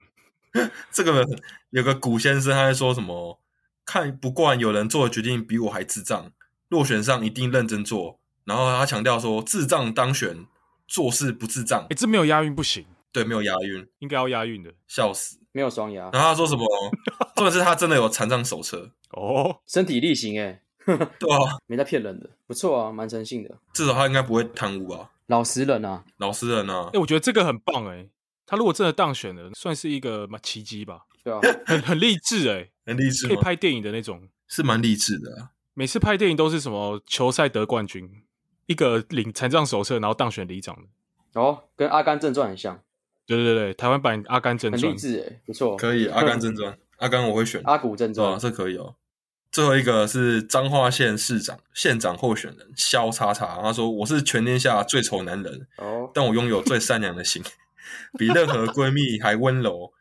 <laughs> 这个有个古先生，他在说什么？看不惯有人做的决定比我还智障，落选上一定认真做。然后他强调说，智障当选，做事不智障哎，。这没有押韵不行，对，没有押韵，应该要押韵的。笑死。没有双牙，然后他说什么？重点是他真的有残障手册，哦，身体力行哎，对啊，没在骗人的，不错啊，蛮诚信的，至少他应该不会贪污吧？老实人啊，老实人啊哎，，我觉得这个很棒哎。他如果真的当选了，算是一个蛮奇迹吧，对啊，很很励志哎，很励志可以吗？拍电影的那种。是蛮励志的、啊。每次拍电影都是什么球赛得冠军，一个领残障手册，然后当选里长的。哦，跟《阿甘正传》很像，对对对，台湾版《阿甘正很传励》志哎，不哦错。可以，《阿甘正传》，阿甘我会选，阿古正对啊，传，这可以哦。最后一个是彰化县市长、县长候选人肖叉叉，他说：“我是全天下最丑男人，哦，但我拥有最善良的心， <laughs> 比任何闺蜜还温柔。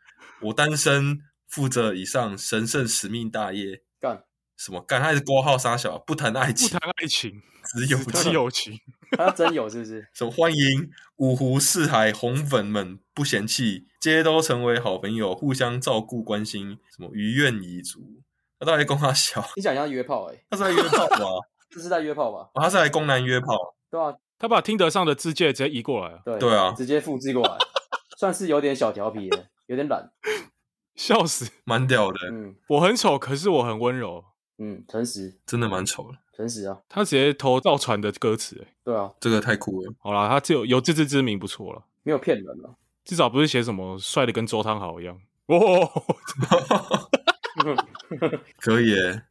我单身，负责以上神圣使命大业。干，什么干？他是挂号杀小，不谈爱不情，谈爱情，只有只情。友情。他真有是不是？什么欢迎五湖四海红粉们不嫌弃，皆都成为好朋友，互相照顾关心，什么鱼愿遗族，他到底供他小？你想像约炮哎，他是在约炮吗？ <laughs> 这是在约炮吧？哦他是来攻男约炮？对啊，他把听得上的字界直接移过来了，对对啊直接复制过来，算是有点小调皮的，有点懒，笑死！蛮屌的，嗯我很丑，可是我很温柔。嗯，诚实真的蛮丑的，诚实啊，他直接投造船的歌词、欸，对啊，这个太酷了。好啦，他只有有自知之明不错了，没有骗人啊， <laughs> 至少不是写什么帅的跟周汤豪一样。哦， <laughs> 可以耶，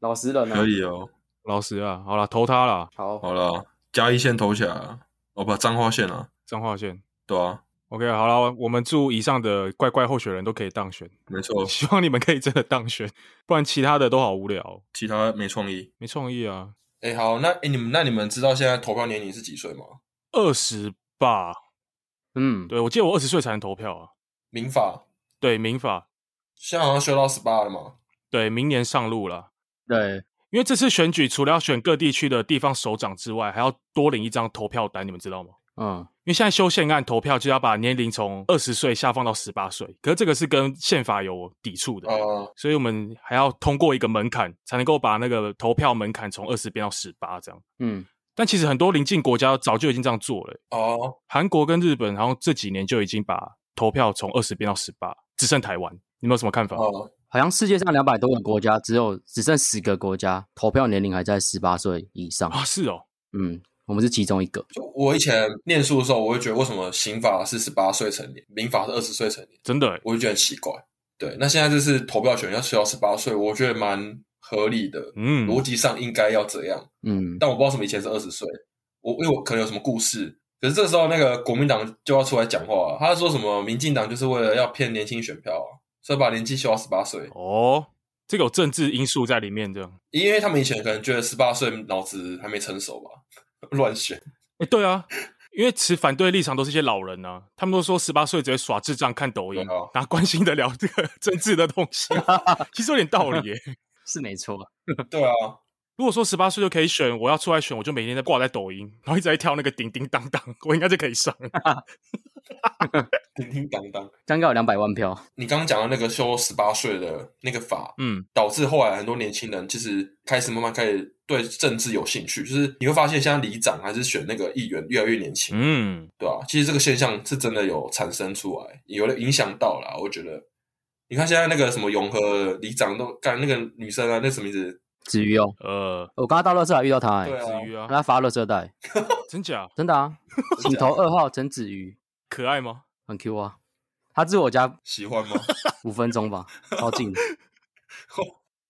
老实人啊可，以哦。老实啊，好啦，投他啦，好，好了，嘉义县投起来了，哦不，彰化县啊，彰化县。对啊， OK，好啦，我们祝以上的怪怪候选人都可以当选， <laughs> 没错，希望你们可以真的当选，不然其他的都好无聊哦，其他没创意。没创意啊。哎、好，那哎、你们那你们知道现在投票年龄是几岁吗？二十吧，嗯，对我记得我二十岁才能投票啊。民法对，民法，现在好像修到十八了嘛？对，明年上路了。对，因为这次选举除了要选各地区的地方首长之外，还要多领一张投票单，你们知道吗？嗯，因为现在修宪案投票就要把年龄从二十岁下放到十八岁，可是这个是跟宪法有抵触的，呃，所以我们还要通过一个门槛，才能够把那个投票门槛从二十变到十八这样。嗯，但其实很多邻近国家早就已经这样做了、哦，韩国跟日本好像这几年就已经把投票从二十变到十八，只剩台湾，你们有什么看法？哦，好像世界上两百多个国家，只有只剩十个国家投票年龄还在十八岁以上。啊，是哦，嗯，我们是其中一个。就我以前念书的时候，我会觉得为什么刑法是十八岁成年，民法是二十岁成年，真的欸，我就觉得很奇怪。对，那现在这次投票权要修到十八岁，我觉得蛮合理的，嗯，逻辑上应该要这样。嗯，但我不知道为什么以前是二十岁，我因为我可能有什么故事。可是这时候那个国民党就要出来讲话、他说什么民进党就是为了要骗年轻选票啊，所以把年纪修到十八岁，哦，这个有政治因素在里面，这样。因 <laughs> 为他们以前可能觉得十八岁脑子还没成熟吧，乱选。哎、对啊，因为持反对立场都是一些老人啊，他们都说十八岁只会耍智障、看抖音对啊，哪关心得了这个政治的东西？ <laughs> 其实有点道理耶。是没错，对啊，如果说十八岁就可以选，我要出来选，我就每天在挂在抖音，然后一直在跳那个叮叮当当，我应该就可以上了。叮叮当当。刚刚有两百万票，你刚刚讲到那个修十八岁的那个法，嗯，导致后来很多年轻人其实开始慢慢开始对政治有兴趣，就是你会发现现在里长还是选那个议员越来越年轻，嗯，对啊，其实这个现象是真的有产生出来，有了影响到啦。我觉得，你看现在那个什么永和里长都干那个女生啊，那什么名字？子瑜哦，呃，我刚刚到乐色还遇到他、欸，对啊子瑜啊，他发乐色袋，真假真的啊，请投二号陈子瑜，可爱吗？很 Q 啊，他住我家喜欢吗？五分钟吧，超近 <laughs> 的。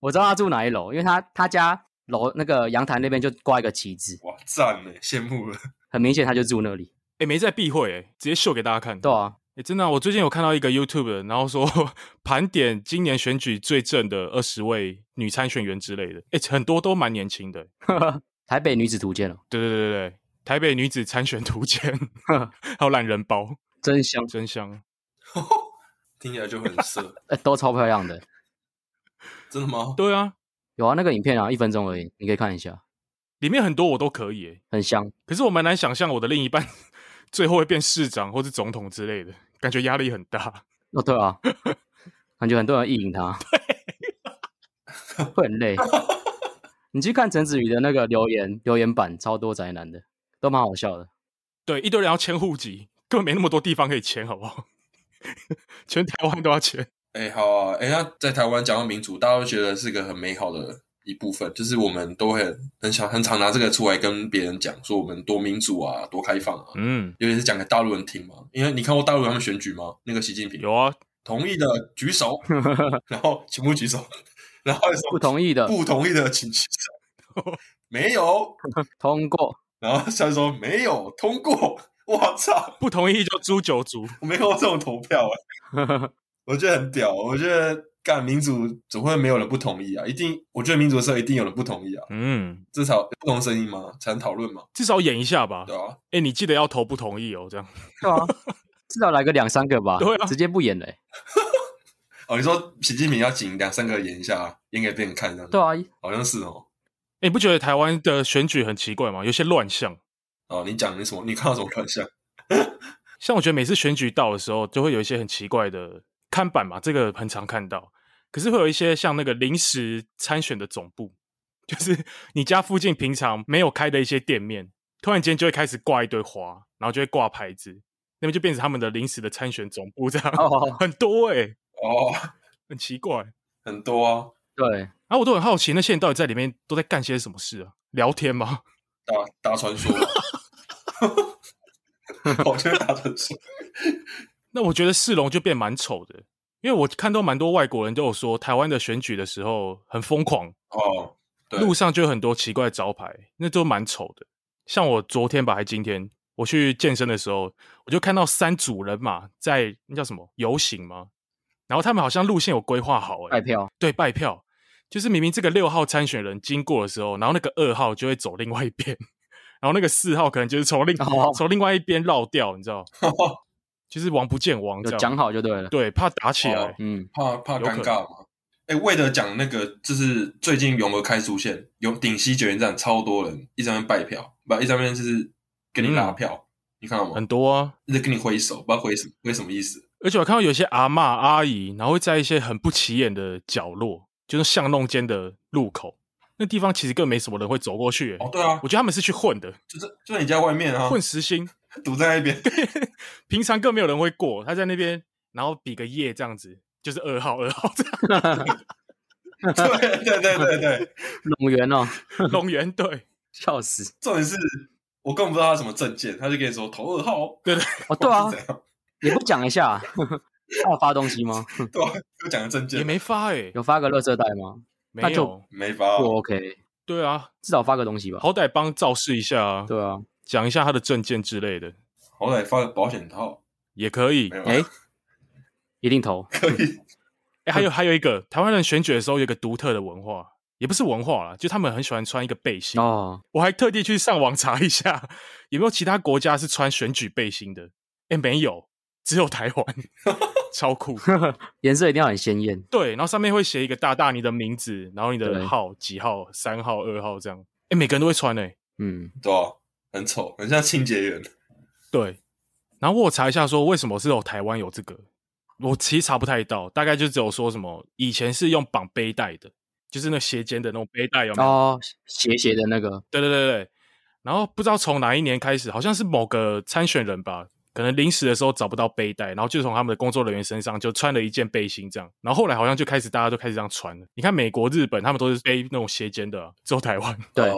我知道他住哪一楼，因为他他家楼那个阳台那边就挂一个旗帜，哇，赞呢，羡慕了。很明显他就住那里。哎、没在避讳，哎，直接秀给大家看。对啊，哎、真的啊、我最近有看到一个 YouTube，的然后说 <laughs> 盘点今年选举最正的二十位女参选员之类的，哎、很多都蛮年轻的。台北女子图鉴哦，对对对对对，台北女子参选图 <laughs> 鉴，还有懒人包，真香，真香。听起来就很色，呃都超漂亮的。真的吗？对啊，有啊，那个影片啊，一分钟而已，你可以看一下，里面很多我都可以、哎很香。可是我蛮难想象我的另一半 <laughs> 最后会变市长或是总统之类的，感觉压力很大。哦，对啊，感觉很多人意淫他， <laughs> 会很累。你去看陈子瑜的那个留言留言板，超多宅男的，都蛮好笑的。对，一堆人要迁户籍，根本没那么多地方可以迁，好不好？ <laughs> 全台湾都要迁。哎、好啊，哎、那在台湾讲到民主，大家都觉得是个很美好的一部分，就是我们都会很很想很常拿这个出来跟别人讲，说我们多民主啊，多开放啊，嗯，尤其是讲给大陆人听嘛。因为你看过大陆他们选举吗？那个习近平有啊，同意的举手，然后全部举手，然后说不同意的不同意的请举手，没有，通过，然后他说没有通过， <laughs> 我操，不同意就诛九族。我没看过这种投票啊。我觉得很屌，我觉得干民主总会没有人不同意啊，一定，我觉得民主的时候一定有人不同意啊，嗯，至少不同声音嘛，才能讨论嘛，至少演一下吧对。啊，哎、你记得要投不同意哦，这样。对啊， <laughs> 至少来个两三个吧，对啊直接不演了欸、哦，你说习近平要请两三个演一下，演给别人看这样，对啊，好像是哦。哎、你不觉得台湾的选举很奇怪吗？有些乱象，哦，你讲你什么？你看到什么乱象？像我觉得每次选举到的时候，就会有一些很奇怪的看板嘛，这个很常看到。可是会有一些像那个临时参选的总部，就是 <laughs> 你家附近平常没有开的一些店面，突然间就会开始挂一堆花，然后就会挂牌子，那边就变成他们的临时的参选总部这样，哦很多哎、哦，很奇怪。很多啊，对，然后我都很好奇，那些人到底在里面都在干些什么事啊？聊天吗？ <laughs> 打打传说，我觉得打传说，那我觉得世龙就变蛮丑的，因为我看到蛮多外国人都有说，台湾的选举的时候很疯狂，哦，对路上就有很多奇怪的招牌，那都蛮丑的。像我昨天吧，还今天我去健身的时候，我就看到三组人马在那叫什么游行吗？然后他们好像路线有规划好、欸，拜票，对，拜票，就是明明这个六号参选人经过的时候，然后那个二号就会走另外一边， <laughs> 然后那个四号可能就是从另、哦从另外一边绕掉，你 <laughs> 知道，就是王不见王这有样，讲好就对了。对，怕打起来，哦嗯，怕怕有可尴尬嘛。哎、为了讲那个，就是最近永和开始出现，有顶溪九元站超多人，一张拜票，不，一张面就是给你拉票，你看到吗嗯很？多啊。一直跟你挥手，不知道挥什么，挥什么意思？而且我看到有些阿嬷阿姨，然后会在一些很不起眼的角落，就是巷弄间的路口，那地方其实根本没什么人会走过去、欸哦，对啊我，觉得他们是去混的，就是就在你家外面啊，混时薪，堵在 <laughs> 那边，平常更没有人会过，他在那边，然后比个耶这样子，就是二号二号这样，对对对对对，龙源哦，龙源队， <laughs> 笑死。重点是我根本不知道他什么证件，他就跟你说投二号哦，对对，哦，对啊是，怎样？也不讲一下啊，他有发东西吗？对啊，就讲个证件也没发哎、有发个乐色袋吗？没那有就，没发哦不 OK，对啊，至少发个东西吧。好歹帮肇事一下啊，对啊，讲一下他的证件之类的好歹发个保险套，也可以没。有啊？ <laughs> 哎，一定投。可以，哎、还有还有一个，台湾人选举的时候有一个独特的文化，也不是文化啦，就他们很喜欢穿一个背心。哦，我还特地去上网查一下，有没有其他国家是穿选举背心的？哎，没有，只有台湾，超酷。颜色一定要很鲜艳。对，然后上面会写一个大大你的名字，然后你对的号几号，三号、二号这样。哎，每个人都会穿哎、嗯，对吧、很丑，很像清洁员。对，然后我有查一下说为什么是有台湾有这个，我其实查不太到，大概就只有说什么以前是用绑背带的，就是那斜肩的那种背带有没有？哦，斜斜的那个，对对对对。然后不知道从哪一年开始，好像是某个参选人吧，可能临时的时候找不到背带，然后就从他们的工作人员身上就穿了一件背心这样。然后后来好像就开始大家都开始这样穿了。你看美国、日本他们都是背那种斜肩的啊、只有台湾。对呃，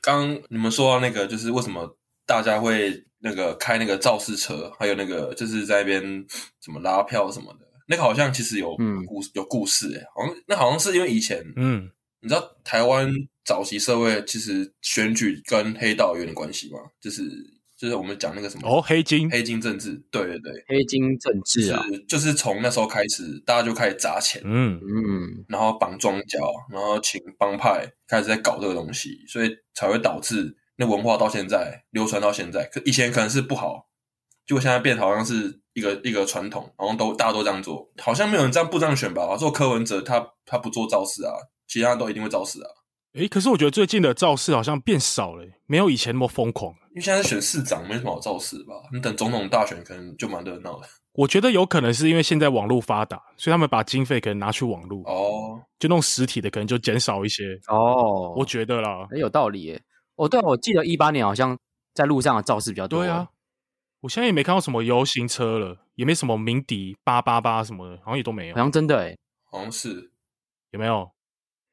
刚你们说到那个，就是为什么大家会那个开那个肇事车，还有那个就是在那边什么拉票什么的，那个好像其实有嗯故、有故事、欸，好像那好像是因为以前，嗯，你知道台湾早期社会其实选举跟黑道有点关系吗？就是就是我们讲那个什么哦，黑金，黑金政治，对对对，黑金政治啊，就是就是从那时候开始，大家就开始砸钱，嗯，嗯，然后绑庄脚，然后请帮派开始在搞这个东西，所以才会导致那文化到现在流传到现在。可以前可能是不好，结果现在变好像是一个一个传统，好像都大家都这样做，好像没有人这样不这样选吧？说柯文哲他他不做造势啊，其他都一定会造势啊，诶，可是我觉得最近的造势好像变少了，欸没有以前那么疯狂。因为现在是选市长，没什么好造势吧？你等总统大选可能就蛮热闹的我觉得有可能是因为现在网络发达，所以他们把经费可能拿去网络，哦。就弄实体的可能就减少一些。哦，我觉得啦，很有道理耶。哦，对啊，我记得一八年好像在路上的肇事比较多。对啊，，我现在也没看到什么游行车了，也没什么鸣笛八八八什么的，好像也都没有好，像真的哎。好像是有没有？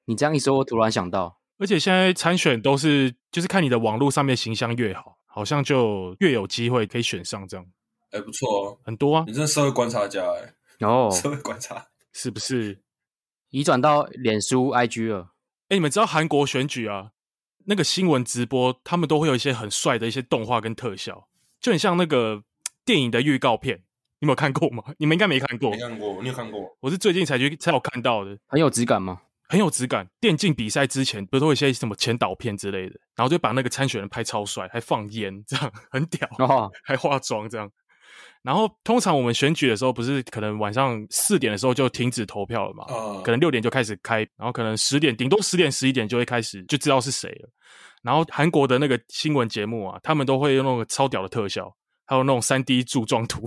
你这样一说，我突然想到，而且现在参选都是就是看你的网络上面形象越好，好像就越有机会可以选上，这样哎、不错哦，很多啊你，真的社会观察家哎、哦，社会观察。是不是？移转到脸书 IG 了。哎，你们知道韩国选举啊，那个新闻直播，他们都会有一些很帅的一些动画跟特效，就很像那个电影的预告片。你们有看过吗？你们应该没看过没，看过，你有看过？我是最近才去才有看到的，很有质感吗？很有质感。电竞比赛之前不是都有一些什么前导片之类的，然后就把那个参选人拍超帅，还放烟，这样很屌。哦，还化妆这样。然后通常我们选举的时候，不是可能晚上四点的时候就停止投票了嘛？啊、可能六点就开始开，然后可能十点，顶多十点十一点就会开始就知道是谁了。然后韩国的那个新闻节目啊，他们都会用那种超屌的特效，还有那种三 D 柱状图，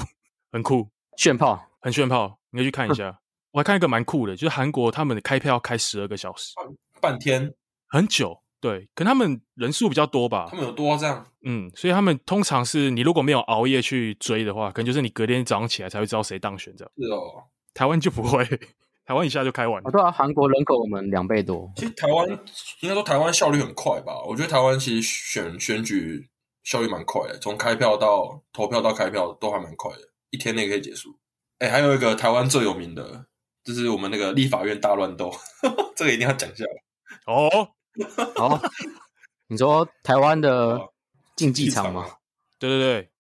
很酷，炫炮很炫炮，你可以去看一下。我还看一个蛮酷的，就是韩国他们的开票要开十二个小时，半天，很久。对，可能他们人数比较多吧，他们有多这样？嗯，所以他们通常是你如果没有熬夜去追的话，可能就是你隔天早上起来才会知道谁当选这样。是哦，台湾就不会，台湾一下就开完哦，了。对啊，韩国人口我们两倍多，其实台湾应该说台湾效率很快吧？我觉得台湾其实选选举效率蛮快的，从开票到投票到开票都还蛮快的，一天内可以结束。哎，还有一个台湾最有名的，就是我们那个立法院大乱斗， <laughs> 这个一定要讲一下。哦，好，你说台湾的哦竞技 <laughs> 场吗？对对对，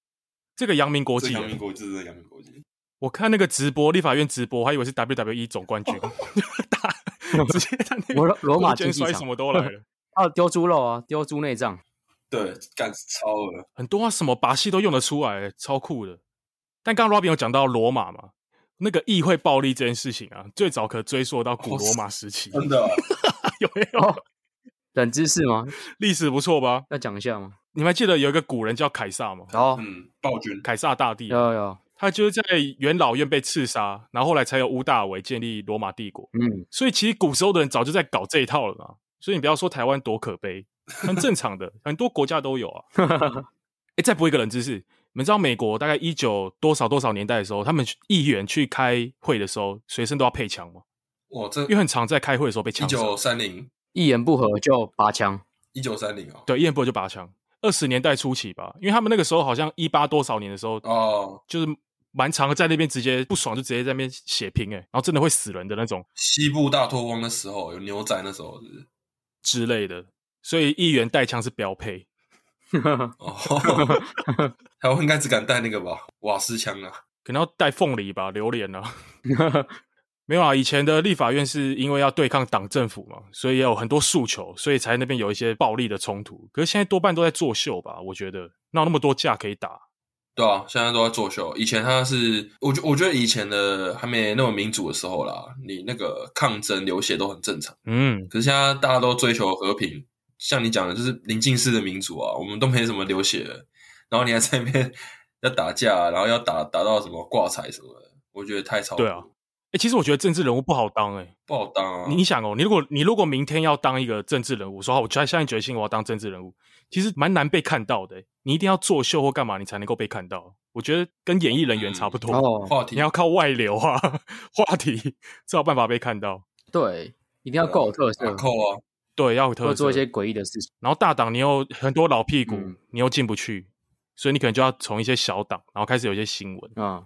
这个阳明国这际是啊，阳明国际，这是阳明国际，我看那个直播，立法院直播，我还以为是 WWE 总冠军， <laughs> 打 <laughs> 直接在那罗个罗马空竞间技摔场什么都来了，还有丢猪肉啊，丢猪内脏，对，干超了。很多啊，什么把戏都用得出来，超酷的。但刚刚 Robin 有讲到罗马嘛，那个议会暴力这件事情啊，最早可追溯到古罗马时期，真的啊、 <laughs> 有没有？冷知识吗？历史不错吧？要讲一下吗？你们还记得有一个古人叫凯撒吗？然后 <laughs> 嗯，暴君凯撒大帝，有有，他就是在元老院被刺杀，然后后来才有屋大维建立罗马帝国。嗯，所以其实古时候的人早就在搞这一套了嘛。所以你不要说台湾多可悲，很正常的，很多国家都有 <laughs> 啊。哎，再播一个冷知识，你们知道美国大概一九多少多少年代的时候，他们议员去开会的时候，随身都要配枪吗？哇，这因为很常在开会的时候被一枪杀。九三零，一言不合就拔枪，一九三零哦，对，一言不合就拔枪。二十年代初期吧，因为他们那个时候好像一八多少年的时候，哦，就是蛮常在那边直接不爽就直接在那边血拼哎、然后真的会死人的那种西部大拓荒的时候有牛仔那时候是不是之类的，所以议员带枪是标配。哦， <laughs> 台湾应该只敢带那个吧，瓦斯枪啊，可能要带凤梨吧、榴莲啊， <laughs> 没有啊，以前的立法院是因为要对抗党政府嘛，所以也有很多诉求，所以才那边有一些暴力的冲突。可是现在多半都在作秀吧？我觉得哪有那么多架可以打？对啊，现在都在作秀。以前他是，我觉我觉得以前的还没那么民主的时候啦，你那个抗争流血都很正常。嗯，可是现在大家都追求和平，像你讲的，就是临近式的民主啊，我们都没什么流血了，然后你还在那边 <laughs> 要打架，啊然后要打打到什么挂彩什么的，我觉得太超对啊，哎、其实我觉得政治人物不好当哎、不好当啊。你你想哦，你如果你如果明天要当一个政治人物，说好我下下定决心我要当政治人物，其实蛮难被看到的欸。你一定要作秀或干嘛，你才能够被看到。我觉得跟演艺人员差不多，哦，话题你要靠外流啊， <laughs> 话题才有办法被看到。对，一定要够有特色打，扣啊，嗯对，要有特多色做一些诡异的事情。然后大党你又很多老屁股，嗯你又进不去，所以你可能就要从一些小党，然后开始有一些新闻，啊，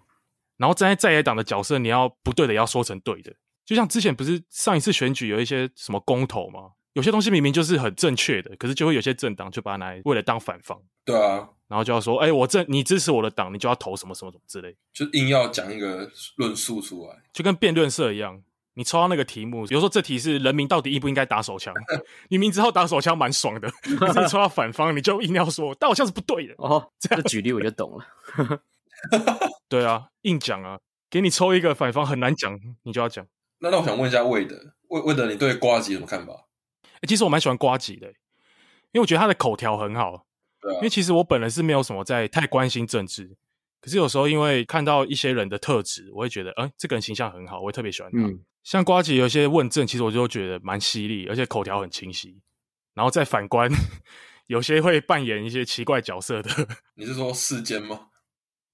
然后站在在野党的角色，你要不对的也要说成对的。就像之前不是上一次选举有一些什么公投嘛，有些东西明明就是很正确的，可是就会有些政党就把它拿来为了当反方，对啊，然后就要说，哎，我正你支持我的党，你就要投什么什么什么之类，就硬要讲一个论述出来。就跟辩论社一样。你抽到那个题目，比如说这题是人民到底应不应该打手枪， <laughs> 你明知道打手枪蛮爽的，可是你抽到反方，你就硬要说打手枪是不对的，哦，这举例我就懂了。对啊，硬讲啊，给你抽一个反方很难讲，你就要讲。那那我想问一下魏德，魏魏德，你对瓜子有什么看法？欸其实我蛮喜欢瓜吉的欸、因为我觉得他的口条很好。对啊因为其实我本人是没有什么在太关心政治，可是有时候因为看到一些人的特质，我会觉得，哎、这个人形象很好，我会特别喜欢他。 <laughs> 嗯，像瓜吉有些问政，其实我就觉得蛮犀利，而且口条很清晰。然后再反观， <laughs> 有些会扮演一些奇怪角色的， <laughs> 你是说世间吗？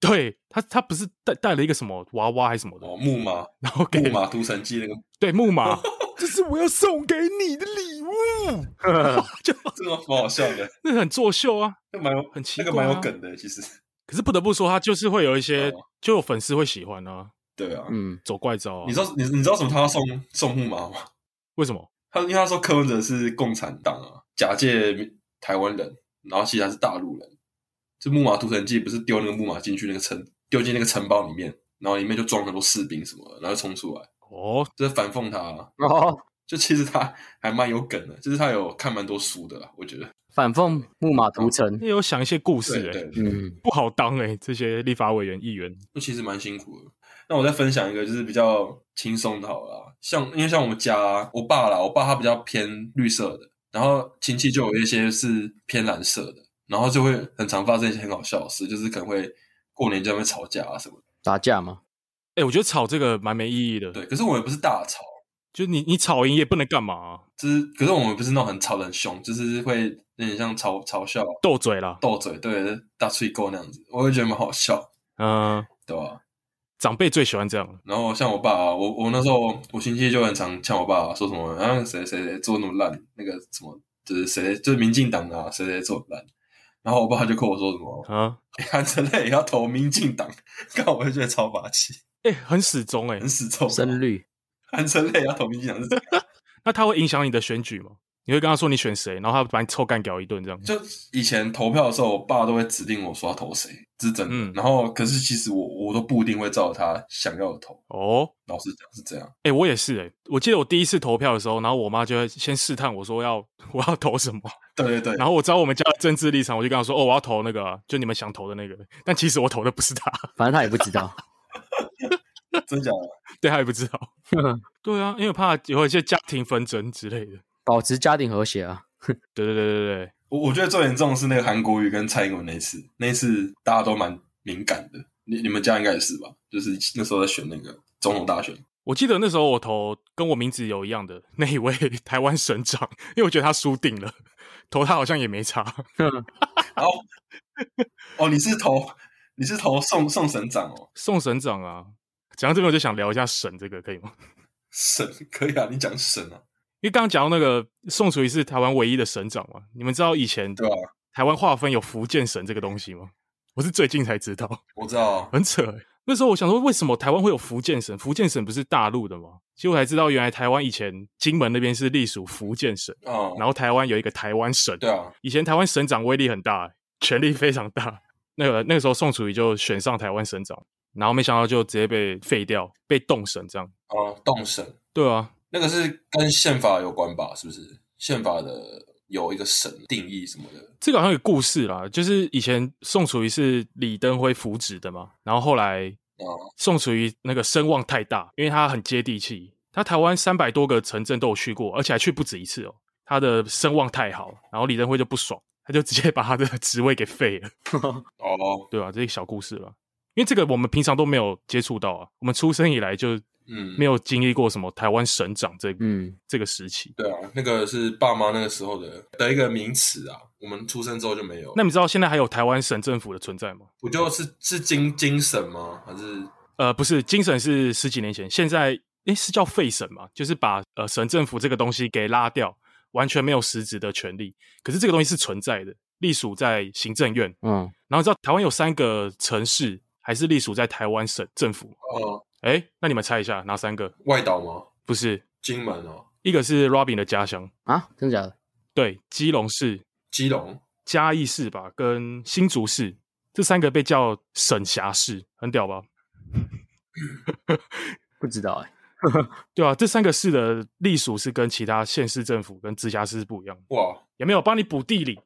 对他，他不是带带了一个什么娃娃还是什么的，哦，木马，然后给木马屠城记那个，对木 <laughs> 马，这是我要送给你的礼物，就这个蛮好笑的，那很作秀啊。那蛮有很奇那怪啊个蛮有梗的，欸其实。可是不得不说，他就是会有一些哦，就有粉丝会喜欢啊，对啊，嗯，走怪招啊。你知道你你知道什么？他要送送木马吗？为什么？他因为他说柯文哲是共产党啊，假借台湾人，然后其实他是大陆人。这木马屠城记不是丢那个木马进去那个城，丢进那个城堡里面，然后里面就装很多士兵什么的，然后冲出来，哦，这是反讽他、啊。哦，就其实他还蛮有梗的，就是他有看蛮多书的啦，我觉得。反讽木马屠城。也有想一些故事对哎、对，嗯，不好当哎、这些立法委员议员就其实蛮辛苦的。那我再分享一个就是比较轻松的好了啦，像因为像我们家、我爸啦，我爸他比较偏绿色的，然后亲戚就有一些是偏蓝色的，然后就会很常发生一些很好笑的事，就是可能会过年就在那边吵架啊什么的。打架嘛，哎、我觉得吵这个蛮没意义的。，对，可是我们也不是大吵，就是你你吵赢也不能干嘛啊、就是可是我们不是那种很吵得很凶，就是会有点像嘲嘲笑、斗嘴啦。斗嘴，对，大吹狗那样子，我会觉得蛮好笑，嗯、对吧、长辈最喜欢这样了。然后像我爸、啊，我我那时候我亲戚就很常呛我爸、啊，说什么啊谁谁谁做那么烂，那个什么就是谁就是民进党的啊谁谁做得烂，然后我爸就跟我说什么 <laughs> 啊。韩城类也要投民进党，看我就觉得超霸气，哎、很始终哎、很死臭。深绿。韩城类也要投民进党是怎样， <laughs> 那他会影响你的选举吗？你会跟他说你选谁，然后他把你臭干掉一顿这样。就以前投票的时候，我爸都会指定我说要投谁，这是真的。嗯然后可是其实我我都不一定会照他想要的投，哦，老实讲是这样。哎、我也是哎、我记得我第一次投票的时候，然后我妈就会先试探我说要 <laughs> 我要投什么，对对对，然后我知道我们家的政治立场，我就跟他说：“哦，我要投那个啊、就你们想投的那个。”但其实我投的不是他， <laughs> 反正他也不知 <laughs> 道。真假的？对他也不知道。对啊，因为怕有一些家庭纷争之类的。保持家庭和谐啊。对对对对对，我我觉得最严重的是那个韩国瑜跟蔡英文那一次，那一次大家都蛮敏感的。你你们家应该也是吧？就是那时候在选那个总统大选，我记得那时候我投跟我名字有一样的那一位 <laughs> 台湾省长，因为我觉得他输定了， <laughs> 投他好像也没差。 <laughs> 然后哦，你是投你是投宋宋省长哦，宋省长啊，讲到这边我就想聊一下省这个可以吗？省可以啊，你讲省啊，因为刚刚讲到那个宋楚瑜是台湾唯一的省长嘛，你们知道以前对吧、台湾划分有福建省这个东西吗？我是最近才知道。我知道啊，很扯、欸。那时候我想说，为什么台湾会有福建省？福建省不是大陆的吗？结果才知道，原来台湾以前金门那边是隶属福建省，哦、然后台湾有一个台湾省。对啊，以前台湾省长威力很大、欸，权力非常大。那个那个时候，宋楚瑜就选上台湾省长，然后没想到就直接被废掉，被动省这样。哦，动审对啊，那个是跟宪法有关吧？是不是？宪法的有一个审定义什么的，这个好像有故事啦，就是以前宋楚瑜是李登辉扶植的嘛，然后后来哦宋楚瑜那个声望太大，因为他很接地气，他台湾三百多个城镇都有去过，而且还去不止一次哦。他的声望太好，然后李登辉就不爽，他就直接把他的职位给废了，哦，对吧、这是小故事了。因为这个我们平常都没有接触到啊，我们出生以来就嗯，没有经历过什么台湾省长这个、嗯，这个时期。对啊，那个是爸妈那个时候的的一个名词啊，我们出生之后就没有。那你知道现在还有台湾省政府的存在吗？不就是是精精神吗？还是呃，不是，精神是十几年前，现在诶是叫废省嘛，就是把呃省政府这个东西给拉掉，完全没有实质的权利。可是这个东西是存在的，隶属在行政院。嗯，然后你知道台湾有三个城市还是隶属在台湾省政府吗？哦诶，那你们猜一下哪三个？外岛吗？不是，金门哦，一个是 Robin 的家乡，啊，真的假的？对，基隆市、基隆嘉义市吧，跟新竹市这三个被叫省辖市，很屌吧？不知道哎、对啊，这三个市的隶属是跟其他县市政府跟直辖市是不一样的。哇，有没有帮你补地理？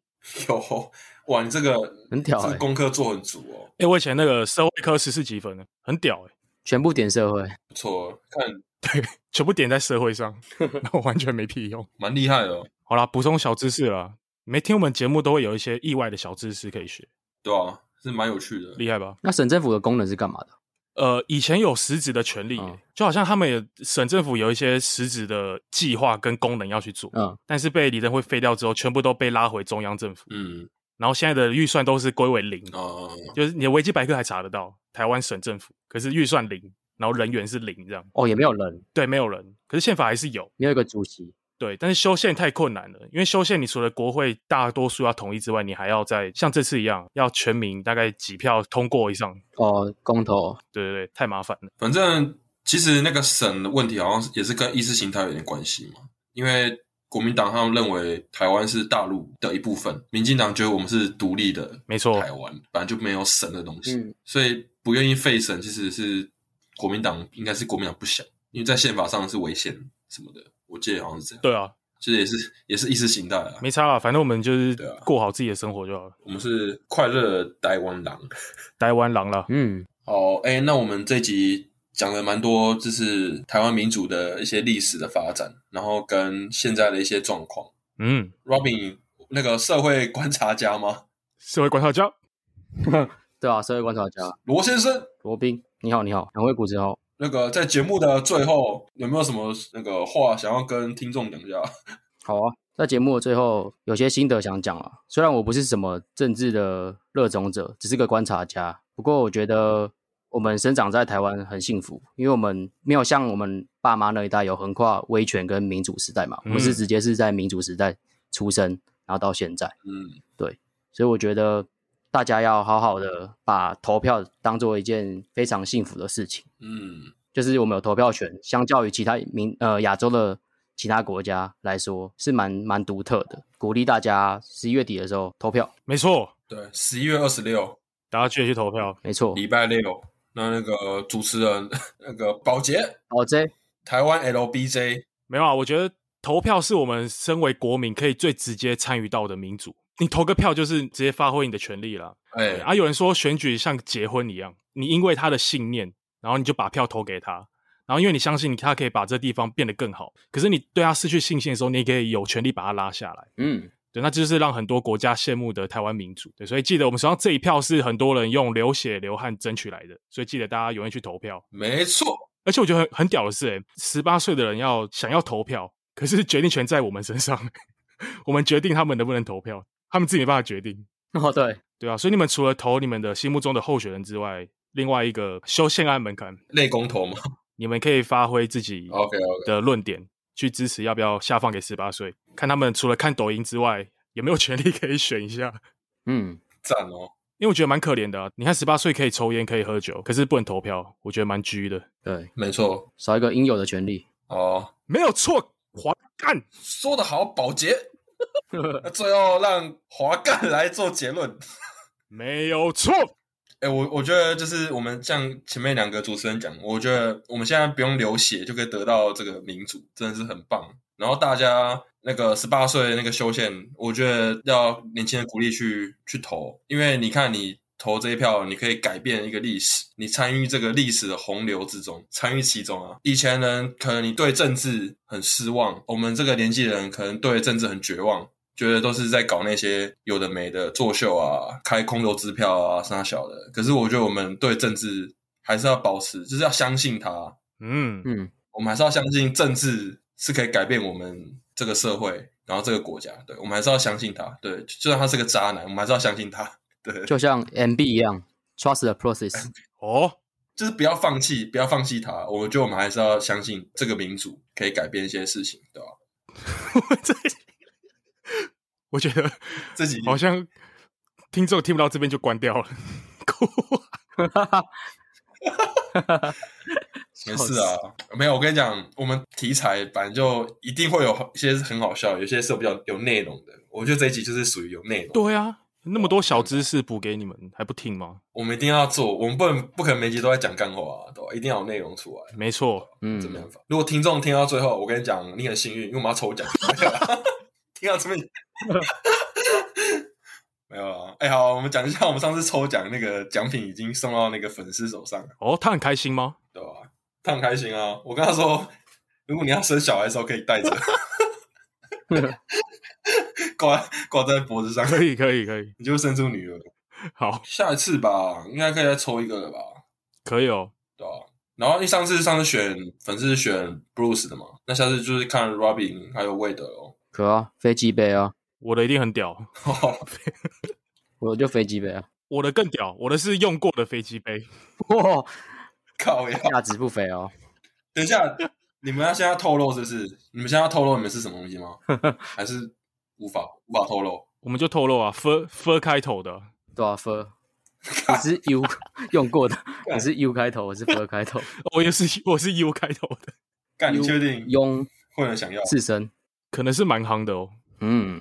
有哇，你这个很屌这哎、个功课做很足哦，哎、我以前那个社会科十四几分呢，很屌哎、全部点社会，不错哦，看全部点在社会上，那我完全没屁用。蛮厉害的哦，好啦，补充小知识啦，没听我们节目都会有一些意外的小知识可以学，对啊，是蛮有趣的。厉害吧？那省政府的功能是干嘛的？呃，以前有实质的权利、欸嗯就好像他们也省政府有一些实质的计划跟功能要去做，嗯，但是被李登辉废掉之后，全部都被拉回中央政府，嗯，然后现在的预算都是归为零，哦、就是你的维基百科还查得到台湾省政府，可是预算零，然后人员是零这样，哦，也没有人，对，没有人，可是宪法还是有。没有一个主席，对，但是修宪太困难了，因为修宪你除了国会大多数要同意之外，你还要在像这次一样，要全民大概几票通过以上。哦，公投，对对对，太麻烦了。反正其实那个省的问题好像是也是跟意识形态有点关系嘛，因为国民党他们认为台湾是大陆的一部分，民进党觉得我们是独立的没错，台湾，本来就没有省的东西，嗯所以不愿意废省其实是国民党应该是国民党不想，因为在宪法上是违宪什么的，我记得好像是这样，对啊，其实也是也是意识形态啊，没差啦，反正我们就是对啊过好自己的生活就好了。我们是快乐的台湾狼。台湾狼啦，嗯，哦，哎，那我们这集讲了蛮多，就是台湾民主的一些历史的发展，然后跟现在的一些状况。嗯， Robin 那个社会观察家吗？社会观察家，对啊，社会观察家罗先生，罗宾，你好，你好，两位股之后，那个在节目的最后有没有什么那个话想要跟听众讲一下？好啊，在节目的最后有些心得想讲啊。虽然我不是什么政治的热衷者，只是个观察家，不过我觉得我们生长在台湾很幸福，因为我们没有像我们爸妈那一代有横跨威权跟民主时代嘛，我们是嗯直接是在民主时代出生，然后到现在，嗯，所以我觉得大家要好好的把投票当做一件非常幸福的事情。嗯，就是我们有投票权，相较于其他民呃亚洲的其他国家来说，是蛮蛮独特的。鼓励大家十一月底的时候投票，没错，对，十一月二十六，大家记得去投票。没错。礼拜六，那那个主持人 <laughs> 那个保洁，好，J，台湾 LBJ，没有啊，我觉得投票是我们身为国民可以最直接参与到的民主。你投个票就是直接发挥你的权利啦。哎对，啊，有人说选举像结婚一样，你因为他的信念，然后你就把票投给他，然后因为你相信他可以把这地方变得更好，可是你对他失去信心的时候，你也可以有权利把他拉下来。嗯，对，那这就是让很多国家羡慕的台湾民主。对，所以记得我们手上这一票是很多人用流血流汗争取来的，所以记得大家踊跃去投票。没错，而且我觉得很很屌的是、欸，十八岁的人要想要投票，可是决定权在我们身上， <laughs> 我们决定他们能不能投票，他们自己没办法决定。哦对，对啊，所以你们除了投你们的心目中的候选人之外，另外一个修宪案门槛，类公投嘛。你们可以发挥自己 OK OK。的论点去支持，要不要下放给十八岁？看他们除了看抖音之外，有没有权利 <laughs> 可以选一下？嗯，赞哦，因为我觉得蛮可怜的、啊，你看十八岁可以抽烟，可以喝酒，可是不能投票，我觉得蛮拘的。对，没错少一个应有的权 <laughs> 利。哦，没有错，还干说的好，保洁。那最后让华干来做结论。没有错，哎、哎、我我觉得就是我们像前面两个主持人讲，我觉得我们现在不用流血就可以得到这个民主，真的是很棒。然后大家那个十八岁那个修宪，我觉得要年轻人鼓励去去投，因为你看你投这一票，你可以改变一个历史，你参与这个历史的洪流之中，参与其中啊。以前人可能你对政治很失望，我们这个年纪的人可能对政治很绝望，觉得都是在搞那些有的没的作秀啊，开空头支票啊，啥小的。可是我觉得我们对政治还是要保持，就是要相信它，嗯，嗯，我们还是要相信政治是可以改变我们这个社会，然后这个国家。对，我们还是要相信他。对，就就算他是个渣男，我们还是要相信他。对，就像 MB 一样，trust the <laughs> process。哦，就是不要放弃，不要放弃他。我觉得我们还是要相信这个民主可以改变一些事情，对吧？我这， <laughs> 我觉得自己好像听众听不到这边就关掉了，哭没事啊，没有。我跟你讲，我们题材反正就一定会有一些是很好笑，有些是比较有内容的。我觉得这一集就是属于有内容的，对啊，那么多小知识补给你们，还不听吗？我们一定要做，我们不能不可能每集都在讲干话、啊，对吧？一定要有内容出来。没错，嗯这，没办法。如果听众听到最后，我跟你讲，你很幸运，因为我们要抽奖。听到这边，没有啊？哎、好，我们讲一下，我们上次抽奖那个奖品已经送到那个粉丝手上了，哦，他很开心吗？对吧、他很开心啊！我跟他说，如果你要生小孩的时候，可以带着挂挂在脖子上，可以，可以，可以，你就生出女儿。好，下一次吧，应该可以再抽一个了吧？可以哦。对啊。然后因为上次上次选粉丝是选 Bruce 的嘛，那下次就是看 Robin 还有 Wade 哦咯。可啊，飞机杯啊，我的一定很屌，我就飞机杯啊，我的更屌，我的是用过的飞机杯。哇， <laughs> 靠呀！价值不菲哦。等一下，你们要现在透露是不是？你们现在要透露你们是什么东西吗？还是无法无法透露？我们就透露啊，f f 开头的，哦多少分？你 <laughs> 是 U 用过的，你是 U 开头，我是 F <laughs> 开头。我也是我是 U 开头的，干，你 U- 确定庸会有想要？自身，可能是蛮夯的哦。嗯，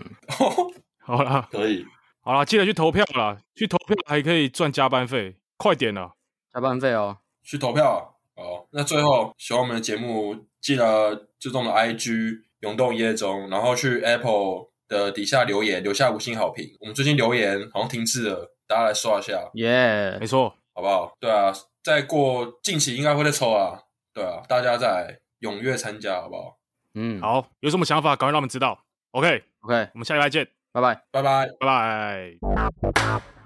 好啦，可以，好啦，记得去投票啦，去投票还可以赚加班费，快点啊啦！加班费哦。去投票。好，那最后喜欢我们的节目，记得追踪我们的 IG 永动一夜中，然后去 Apple 的底下留言，留下五星好评。我们最近留言好像停滞了，大家来刷一下，耶没，错，好不好？对啊，再过近期应该会再抽啊，对啊，大家再踊跃参加，好不好？嗯，好，有什么想法赶快让我们知道。OK， ，OK，我们下礼拜见，拜拜。拜拜。拜拜。